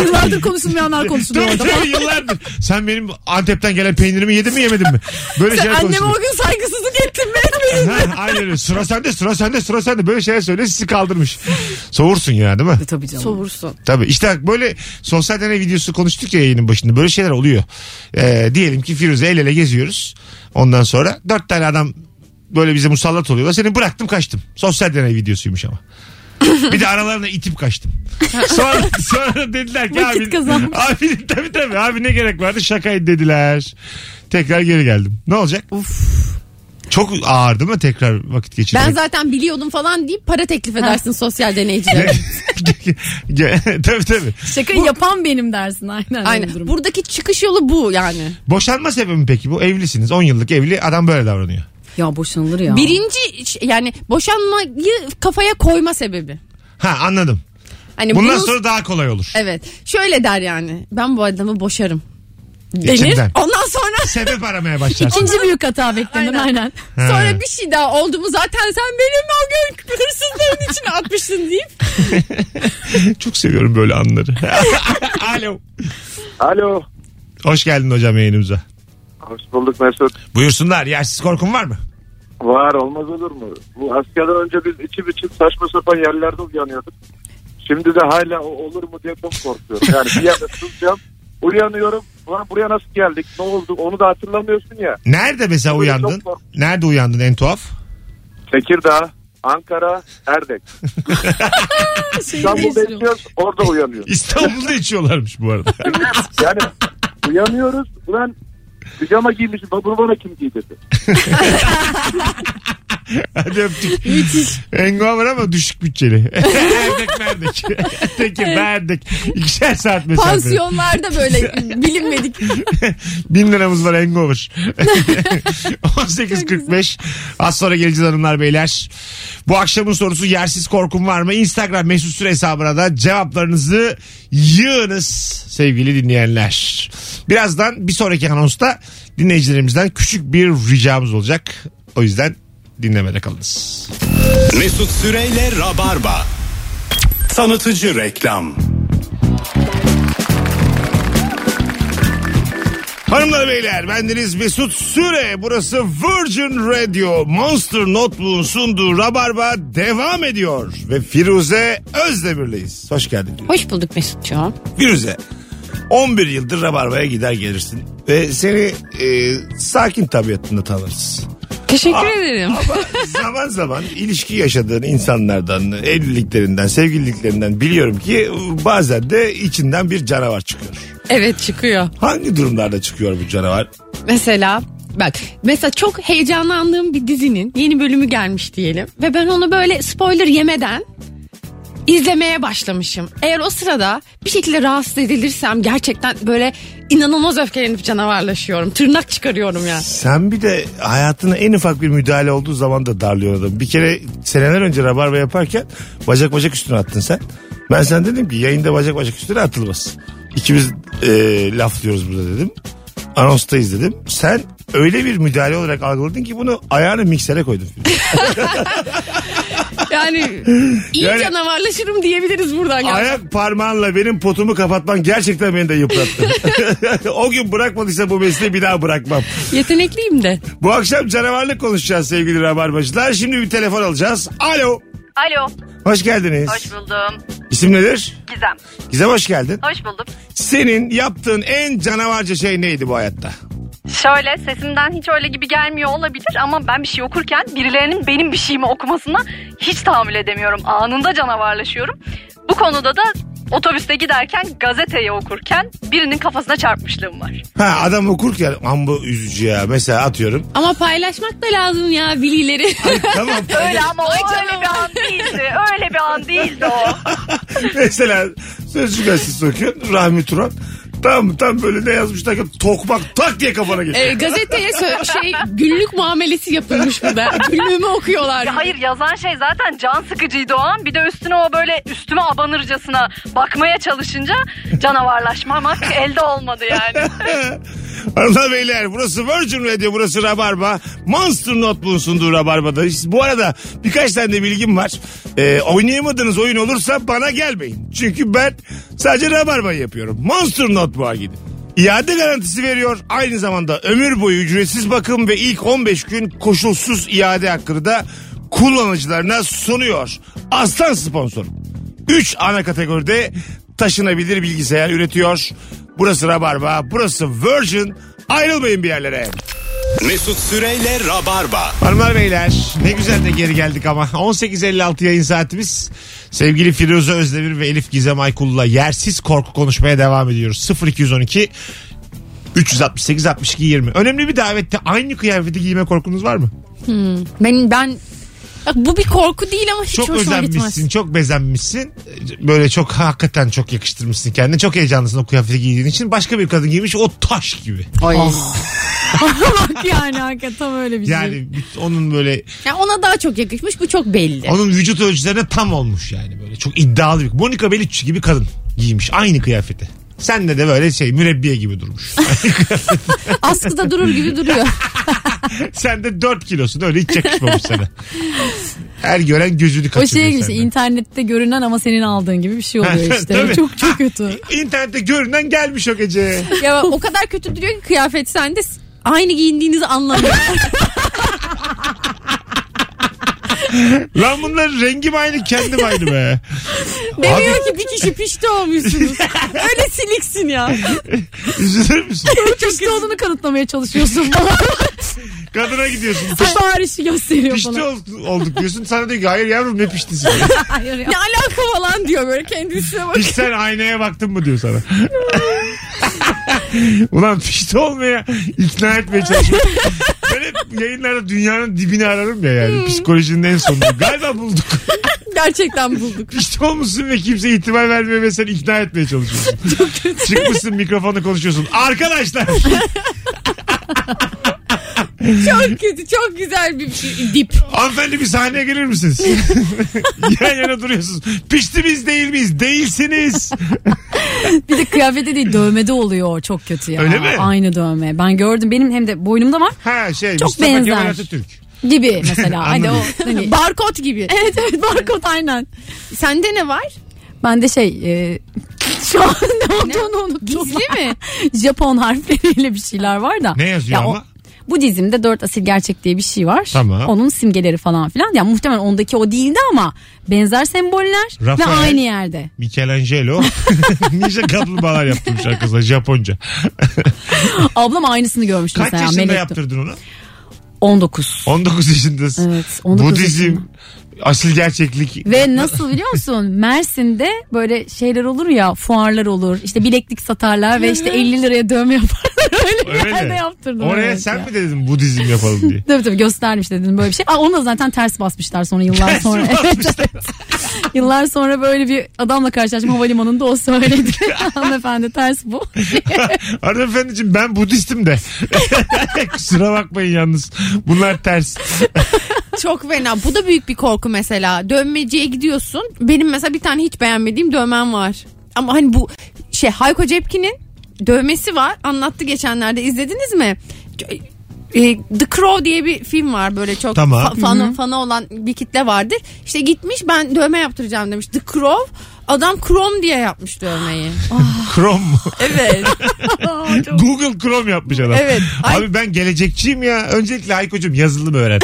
C: Yıllardır konuşulmayanlar konuşuluyor
B: Tabii
C: orada.
B: tabii yıllardır. Sen benim Antep'ten gelen peynirimi yedin mi yemedin mi? Böyle
D: Sen
B: şeyler
D: anneme o
B: konuşuyor.
D: gün saygısızlık ettin mi etmedin mi?
B: Ha, aynen öyle. Sıra sende sıra sende sıra sende. Böyle şeyler söyle sizi kaldırmış. Soğursun ya değil mi?
C: Tabii canım.
D: Soğursun.
B: Tabii işte böyle sosyal deney videosu konuştuk ya yayının başında. Böyle şeyler oluyor. Ee, diyelim ki Firuze el ele geziyoruz. Ondan sonra dört tane adam böyle bize musallat oluyorlar. Seni bıraktım kaçtım. Sosyal deney videosuymuş ama. Bir de aralarına itip kaçtım. Sonra, sonra dediler ki
C: Vakit
B: abi,
C: kazanmış."
B: abi tabii tabii abi ne gerek vardı şakaydı dediler. Tekrar geri geldim. Ne olacak? Çok ağır değil mi tekrar vakit geçirmek?
D: Ben zaten biliyordum falan deyip para teklif edersin sosyal deneyicilere.
B: Ge- tabii tabii.
C: Şaka yapan benim dersin aynen. öyle durum.
D: Aynen. Buradaki çıkış yolu bu yani.
B: Boşanma sebebi mi peki bu? Evlisiniz. 10 yıllık evli adam böyle davranıyor.
C: ya boşanılır ya.
D: Birinci ş- yani boşanmayı kafaya koyma sebebi.
B: Ha anladım.
D: Hani
B: Bundan
D: bunu-
B: sonra daha kolay olur.
D: evet. Şöyle der yani. Ben bu adamı boşarım.
B: İçinden.
D: Denir. Ondan sonra
B: Sebep aramaya başlarsın.
C: İkinci büyük hata beklenir aynen.
D: Aynen. Sonra bir şey daha oldu mu zaten sen benim o gün hırsızlığın içine atmışsın deyip.
B: Çok seviyorum böyle anları. Alo.
F: Alo.
B: Hoş geldin hocam yayınımıza.
F: Hoş bulduk Mesut.
B: Buyursunlar. Yersiz korkun var mı?
F: Var olmaz olur mu? Bu askerden önce biz içi biçim saçma sapan yerlerde uyanıyorduk. Şimdi de hala o olur mu diye çok korkuyorum. Yani bir yerde tutacağım. Uyanıyorum. Ulan buraya nasıl geldik? Ne oldu? Onu da hatırlamıyorsun ya.
B: Nerede mesela
F: Buyurun,
B: uyandın?
F: doktor.
B: Nerede uyandın en tuhaf?
F: Tekirdağ, Ankara, Erdek. İstanbul'da içiyoruz. Orada uyanıyoruz.
B: İstanbul'da içiyorlarmış bu arada.
F: Yani uyanıyoruz. Ulan pijama giymişim. Bunu bana kim giydirdi?
B: Hadi öptük. Müthiş. Engin var ama düşük bütçeli. Erdek merdek. Tekir merdek. İkişer saat mesafe.
D: Pansiyonlarda böyle bilinmedik.
B: Bin liramız var hangover. 18.45 az sonra geleceğiz hanımlar beyler. Bu akşamın sorusu yersiz korkum var mı? Instagram mesut süre hesabına da cevaplarınızı yığınız sevgili dinleyenler. Birazdan bir sonraki anonsta dinleyicilerimizden küçük bir ricamız olacak. O yüzden dinlemede kalınız.
A: Mesut Süreyle Rabarba. Tanıtıcı reklam.
B: Hanımlar beyler bendeniz Mesut Süre. Burası Virgin Radio Monster Notebook'un sunduğu Rabarba devam ediyor. Ve Firuze Özdemir'leyiz. Hoş geldin.
D: Hoş bulduk Mesut'cuğum.
B: Firuze 11 yıldır Rabarba'ya gider gelirsin. Ve seni e, sakin tabiatında tanırız.
D: Teşekkür ederim.
B: Ama zaman zaman ilişki yaşadığın insanlardan, evliliklerinden, sevgililiklerinden biliyorum ki bazen de içinden bir canavar çıkıyor.
D: Evet çıkıyor.
B: Hangi durumlarda çıkıyor bu canavar?
D: Mesela bak mesela çok heyecanlandığım bir dizinin yeni bölümü gelmiş diyelim. Ve ben onu böyle spoiler yemeden izlemeye başlamışım. Eğer o sırada bir şekilde rahatsız edilirsem gerçekten böyle inanılmaz öfkelenip canavarlaşıyorum. Tırnak çıkarıyorum ya.
B: Sen bir de hayatına en ufak bir müdahale olduğu zaman da darlıyor adam. Bir kere seneler önce rabarba yaparken bacak bacak üstüne attın sen. Ben sen dedim ki yayında bacak bacak üstüne atılmaz. İkimiz e, laflıyoruz burada dedim. Anonstayız dedim. Sen öyle bir müdahale olarak algıladın ki bunu ayağını miksere koydun.
D: Yani iyi
B: Yani-
D: canavarlaşırım diyebiliriz buradan. gerçekten.
B: Ayak parmağınla benim potumu kapatman gerçekten beni de yıprattı. o gün bırakmadıysa bu mesleği bir daha bırakmam.
D: Yetenekliyim de.
B: Bu akşam canavarlık konuşacağız sevgili rabarbacılar. Şimdi bir telefon alacağız. Alo.
I: Alo,
B: Hoş geldiniz.
I: hoş buldum.
B: İsim nedir?
I: Gizem,
B: Gizem hoş geldin.
I: hoş bulduk.
B: Senin yaptığın en canavarca şey neydi bu hayatta?
I: Şöyle sesimden hiç öyle gibi gelmiyor olabilir ama ben bir şey okurken birilerinin benim bir şeyimi okumasına hiç tahammül edemiyorum. Anında canavarlaşıyorum. Bu konuda da otobüste giderken gazeteyi okurken birinin kafasına çarpmışlığım var.
B: Ha adam okurken am bu üzücü ya. Mesela atıyorum.
D: Ama paylaşmak da lazım ya bilileri.
B: tamam.
I: Öyle ama o
D: Ay
I: öyle
D: canım.
I: bir an değildi. Öyle bir an değildi o.
B: Mesela sözcük gazetesi okuyorsun. Rahmi Turan. Tam tam böyle ne yazmışlar ki tokmak tak diye kafana geçiyor.
D: E, gazeteye sö- şey günlük muamelesi yapılmış burada. Günlüğümü okuyorlar.
I: Ya hayır yazan şey zaten can sıkıcıydı o an. Bir de üstüne o böyle üstüme abanırcasına bakmaya çalışınca canavarlaşma ama elde olmadı yani.
B: Hanımlar beyler burası Virgin Radio burası Rabarba. Monster Notebook'un sunduğu Rabarba'da. İşte bu arada birkaç tane de bilgim var. Ee, oynayamadığınız oyun olursa bana gelmeyin. Çünkü ben sadece Rabarba yapıyorum. Monster Notebook'a gidin. İade garantisi veriyor. Aynı zamanda ömür boyu ücretsiz bakım ve ilk 15 gün koşulsuz iade hakkını da kullanıcılarına sunuyor. Aslan sponsorum. 3 ana kategoride taşınabilir bilgisayar üretiyor. Burası Rabarba, burası Virgin. Ayrılmayın bir yerlere.
A: Mesut Süreyle Rabarba.
B: Hanımlar beyler ne güzel de geri geldik ama 18.56 yayın saatimiz sevgili Firuze Özdemir ve Elif Gizem Aykul'la yersiz korku konuşmaya devam ediyoruz 0212 368 62 20 önemli bir davette aynı kıyafeti giyme korkunuz var mı?
D: Ben, ben Ya bu bir korku değil ama hiç
B: çok
D: hoşuma gitmez.
B: özenmişsin çok bezenmişsin böyle çok hakikaten çok yakıştırmışsın kendini çok heyecanlısın o kıyafeti giydiğin için başka bir kadın giymiş o taş gibi
C: Ay. Bak yani hakikaten tam öyle bir şey.
B: yani onun böyle
D: Ya ona daha çok yakışmış bu çok belli.
B: Onun vücut ölçülerine tam olmuş yani böyle. Çok iddialı bir. Monica Bellucci gibi kadın giymiş aynı kıyafeti. Sen de de böyle şey mürebbiye gibi durmuş.
D: Askıda durur gibi duruyor.
B: Sen de 4 kilosun öyle hiç yakışmamış sana. Her gören gözünü
C: O
B: kaçırıyor
C: şeye gibi işte
B: senden.
C: internette görünen ama senin aldığın gibi bir şey oluyor işte.
B: Tabii.
C: çok çok kötü.
B: İnternette görünen gelmiş o gece.
D: ya o kadar kötü duruyor ki kıyafet sende s- aynı giyindiğinizi anlamıyor.
B: Lan bunların rengim aynı kendim aynı be.
D: Demiyor ki bir kişi pişti olmuşsunuz. Öyle siliksin ya.
B: Üzülür müsün?
C: Pişti olduğunu kanıtlamaya çalışıyorsun.
B: Kadına gidiyorsun.
C: Siparişi gösteriyor
B: Pişti
C: bana.
B: ol- olduk diyorsun. Sana diyor ki hayır yavrum ne piştisi?
C: Hayır ya.
D: Ne alaka falan diyor böyle kendisine bak.
B: Hiç sen aynaya baktın mı diyor sana. Ulan pişti olmaya ikna etmeye çalışıyorum. Ben hep yayınlarda dünyanın dibini ararım ya yani. Psikolojinin en sonunu. Galiba bulduk.
D: Gerçekten bulduk.
B: Pişti olmuşsun ve kimse ihtimal vermiyor ve sen ikna etmeye çalışıyorsun. Çıkmışsın mikrofonla konuşuyorsun. Arkadaşlar.
D: Çok kötü çok güzel bir bir dip.
B: Hanımefendi bir sahneye gelir misiniz? Yan yana duruyorsunuz. Pişti miyiz değil miyiz? Değilsiniz.
C: Bir de kıyafette değil dövmede oluyor çok kötü ya.
B: Öyle mi?
C: Aynı dövme. Ben gördüm benim hem de boynumda var
B: Ha şey
C: Çok
B: Mustafa Kemal
C: benzer.
B: Atatürk.
C: gibi mesela. hani o.
B: Anladım.
C: Hani,
D: Barkod gibi.
C: evet evet barkod aynen.
D: Sende ne var?
C: Ben de şey e, şu an ne olduğunu unuttum.
D: Gizli mi?
C: Japon harfleriyle bir şeyler var da.
B: Ne yazıyor
C: Ya o-
B: ama?
C: bu dizimde dört asil gerçek diye bir şey var.
B: Tamam.
C: Onun simgeleri falan filan. Yani muhtemelen ondaki o değildi ama benzer semboller ve
B: Rafael.
C: aynı yerde.
B: Michelangelo nice kaplumbağalar yaptırmış arkasına Japonca.
C: Ablam aynısını görmüş
B: Kaç
C: mesela.
B: yaşında
C: Melek'te.
B: yaptırdın onu?
C: 19.
B: 19 yaşındasın.
C: Evet, 19
B: Budizm,
C: yaşında.
B: asıl gerçeklik.
C: Ve nasıl biliyor musun? Mersin'de böyle şeyler olur ya fuarlar olur. İşte bileklik satarlar ve işte 50 liraya dövme yaparlar. Öyle, bir yerde yaptırdım.
B: Oraya
C: evet
B: sen
C: ya.
B: mi dedin Budizm yapalım diye?
C: Tabii tabii göstermiş dedim böyle bir şey. Aa, onu da zaten ters basmışlar sonra yıllar
B: Ters
C: sonra.
B: mi
C: Evet,
B: basmışlar?
C: yıllar sonra böyle bir adamla karşılaştım havalimanında o söyledi. Hanımefendi ters bu.
B: Arada efendiciğim ben Budistim de. Kusura bakmayın yalnız. Bunlar ters.
D: Çok fena. Bu da büyük bir korku mesela. Dövmeciye gidiyorsun. Benim mesela bir tane hiç beğenmediğim dövmem var. Ama hani bu şey Hayko Cepkin'in dövmesi var. Anlattı geçenlerde. izlediniz mi? Ç- e, The Crow diye bir film var böyle çok
B: Tamam.
D: fa- fanı, fanı olan bir kitle vardır. İşte gitmiş ben dövme yaptıracağım demiş. The Crow adam Chrome diye yapmış dövmeyi.
B: Chrome mu?
D: evet.
B: Google Chrome yapmış adam.
D: Evet. Ay-
B: Abi ben gelecekçiyim ya. Öncelikle Hayko'cum yazılı mı öğren?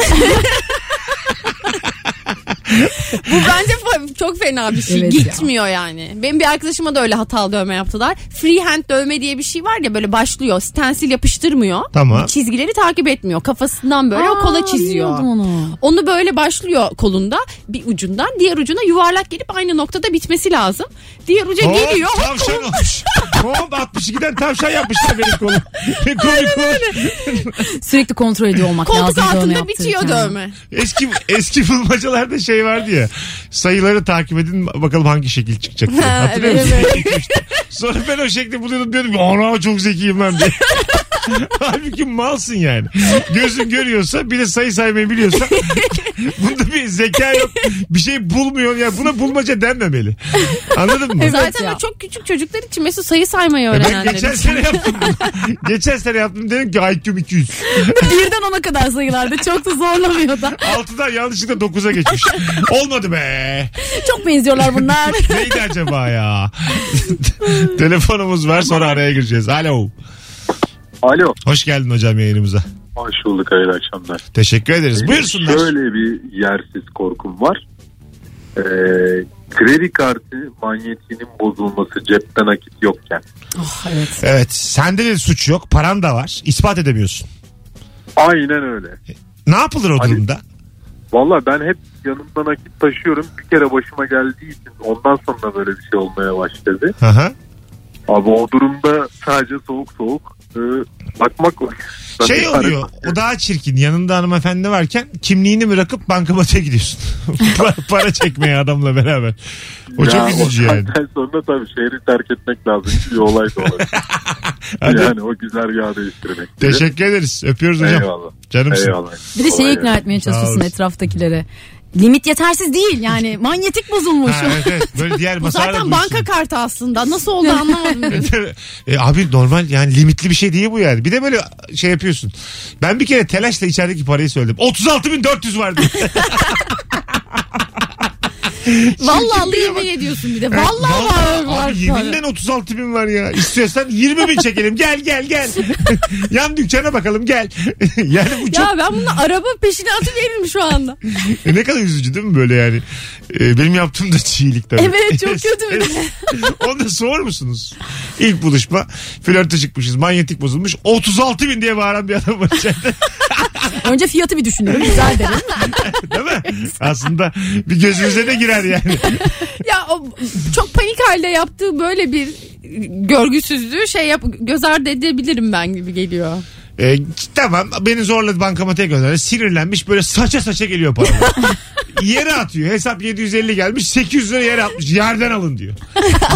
D: Bu bence fa- çok fena bir şey.
C: Evet ya.
D: Gitmiyor yani. Benim bir arkadaşıma da öyle hatalı dövme yaptılar. Freehand dövme diye bir şey var ya böyle başlıyor. Stensil yapıştırmıyor.
B: Tamam.
D: Çizgileri takip etmiyor. Kafasından böyle o kola
C: Aa,
D: çiziyor.
C: bilmiyordum onu.
D: Onu böyle başlıyor kolunda bir ucundan diğer ucuna yuvarlak gelip aynı noktada bitmesi lazım. Diğer uca
B: Hop,
D: E, geliyor. hop,
B: Tavşan
D: hop.
B: olmuş. Hop 62'den tavşan yapmışlar benim kolum. Ne komik olur.
C: Sürekli kontrol ediyor olmak
D: Koltuk
C: lazım. dövme
D: altında
C: yaptırırken.
D: bitiyor dövme.
B: Eski eski bulmacalarda şey vardı ya. Sayıları takip edin bakalım hangi şekil çıkacak. diye.
D: Ha,
B: Hatırlıyor
D: evet,
B: musun? Sonra ben o şekli buluyordum diyordum ki ana çok zekiyim ben diye. Halbuki malsın yani. Gözün görüyorsa bir de sayı saymayı biliyorsa bunda bir zeka yok. Bir şey bulmuyor. Ya buna bulmaca denmemeli. Anladın mı?
D: Zaten
C: ya.
D: o çok küçük çocuklar için Mesut sayı saymayı
B: E Ben
D: öğrenenler
B: geçen
D: için.
B: sene yaptım. bunu. geçen sene yaptım dedim ki IQ'm 200.
C: Birden ona kadar sayılarda çok da zorlamıyor da.
B: 6'dan yanlışlıkla 9'a geçmiş. Olmadı be.
C: Çok benziyorlar bunlar.
B: Neydi acaba ya? Telefonumuz var sonra araya gireceğiz. Alo.
J: Alo.
B: Hoş geldin hocam yayınımıza.
J: Hoş bulduk hayırlı akşamlar.
B: Teşekkür ederiz. Buyursunlar.
J: Şöyle bir yersiz korkum var. Ee, kredi kartı manyetinin bozulması cepten nakit yokken.
C: Ah, evet.
B: Evet sende de suç yok paran da var ispat edemiyorsun.
J: Aynen öyle.
B: Ne yapılır o
J: Hani-
B: durumda?
J: Valla ben hep yanımda nakit taşıyorum. Bir kere başıma geldiği için ondan sonra böyle bir şey olmaya başladı.
B: Hı hı.
J: Abi o durumda sadece soğuk soğuk e, bakmak var.
B: Şey
J: Yani-
B: oluyor o daha çirkin yanında hanımefendi varken kimliğini bırakıp bankamatiğe gidiyorsun. para, para çekmeye adamla beraber. O çok
J: Ya,
B: üzücü yani.
J: saatten sonra tabii şehri terk etmek lazım. Bir olay da olabilir.
B: Hadi.
J: yani o güzergahı değiştirmek. gibi.
B: Teşekkür ederiz. Öpüyoruz hocam.
J: Eyvallah.
B: Canımsın.
J: Eyvallah.
C: Bir de şeyi
J: Kolay
C: ikna
J: gelsin.
C: etmeye çalışıyorsun
B: Sağ ol.
C: etraftakilere. Limit yetersiz değil yani manyetik bozulmuş.
B: Ha, evet, evet. Böyle diğer
D: Bu
B: masada
D: zaten banka kartı aslında. Nasıl oldu anlamadım. diyorsun.
B: e, abi normal yani limitli bir şey değil bu yani. Bir de böyle şey yapıyorsun. Ben bir kere telaşla içerideki parayı söyledim. 36.400 vardı.
D: Vallahi alayım diye diyorsun bir de. Vallahi var. var
B: Abi yeminle 36 bin var ya. İstiyorsan 20 bin çekelim. Gel gel gel. Yan dükkana bakalım gel. yani bu çok
D: Ya ben bunu araba peşine atıveririm şu anda.
B: E ne kadar üzücü değil mi böyle yani? E, benim yaptığım da çiğlik tabii.
D: Evet, çok kötü bir de.
B: Onu da soğur musunuz? İlk buluşma flörte çıkmışız. Manyetik bozulmuş. 36 bin diye bağıran bir adam var içeride.
C: Önce fiyatı bir düşünürüm güzel derim.
B: değil mi? Aslında bir gözümüze de girer yani.
D: Ya o çok panik halde yaptığı böyle bir görgüsüzlüğü şey yap göz ardı edebilirim ben gibi geliyor.
B: E, tamam beni zorladı bankamatiğe gönderdi. Sinirlenmiş böyle saça saça geliyor paralar. yere atıyor. Hesap 750 gelmiş 800 lira yere atmış. Yerden alın diyor.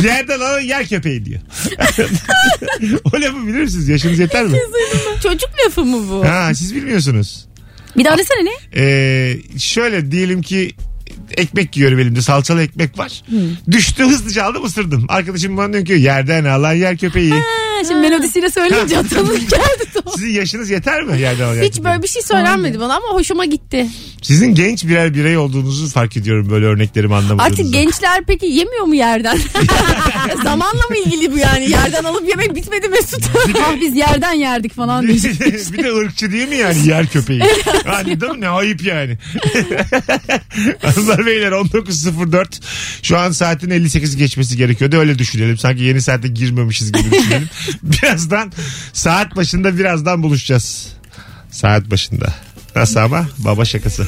B: Yerden alın yer kepeği diyor. o lafı bilir misiniz? Yaşınız yeter mi?
D: Çocuk lafı mı bu?
B: Ha, siz bilmiyorsunuz.
C: Bir daha desene ne?
B: Ee, şöyle diyelim ki ekmek yiyorum elimde salçalı ekmek var. Düştü hızlıca aldım ısırdım. Arkadaşım bana diyor ki yerden alan yer köpeği.
C: Ha, şimdi melodisiyle söyleyince hatırladım geldi.
B: Sizin yaşınız yeter mi yerden alan yer
D: Hiç
B: köpeği?
D: böyle bir şey söylenmedi bana ama hoşuma gitti.
B: Sizin genç birer birey olduğunuzu fark ediyorum böyle örneklerimi anlamadığınızda.
D: Artık gençler peki yemiyor mu yerden? Zamanla mı ilgili bu yani? Yerden alıp yemek bitmedi Mesut.
C: ah biz yerden yerdik falan
B: bir
C: diyecek.
B: de, bir de ırkçı değil mi yani yer köpeği? hani değil mi? Ne ayıp yani. Hanımlar beyler 19.04 şu an saatin 58 geçmesi gerekiyordu. Öyle düşünelim. Sanki yeni saate girmemişiz gibi düşünelim. birazdan saat başında birazdan buluşacağız. Saat başında. Nasıl ama? Baba şakası.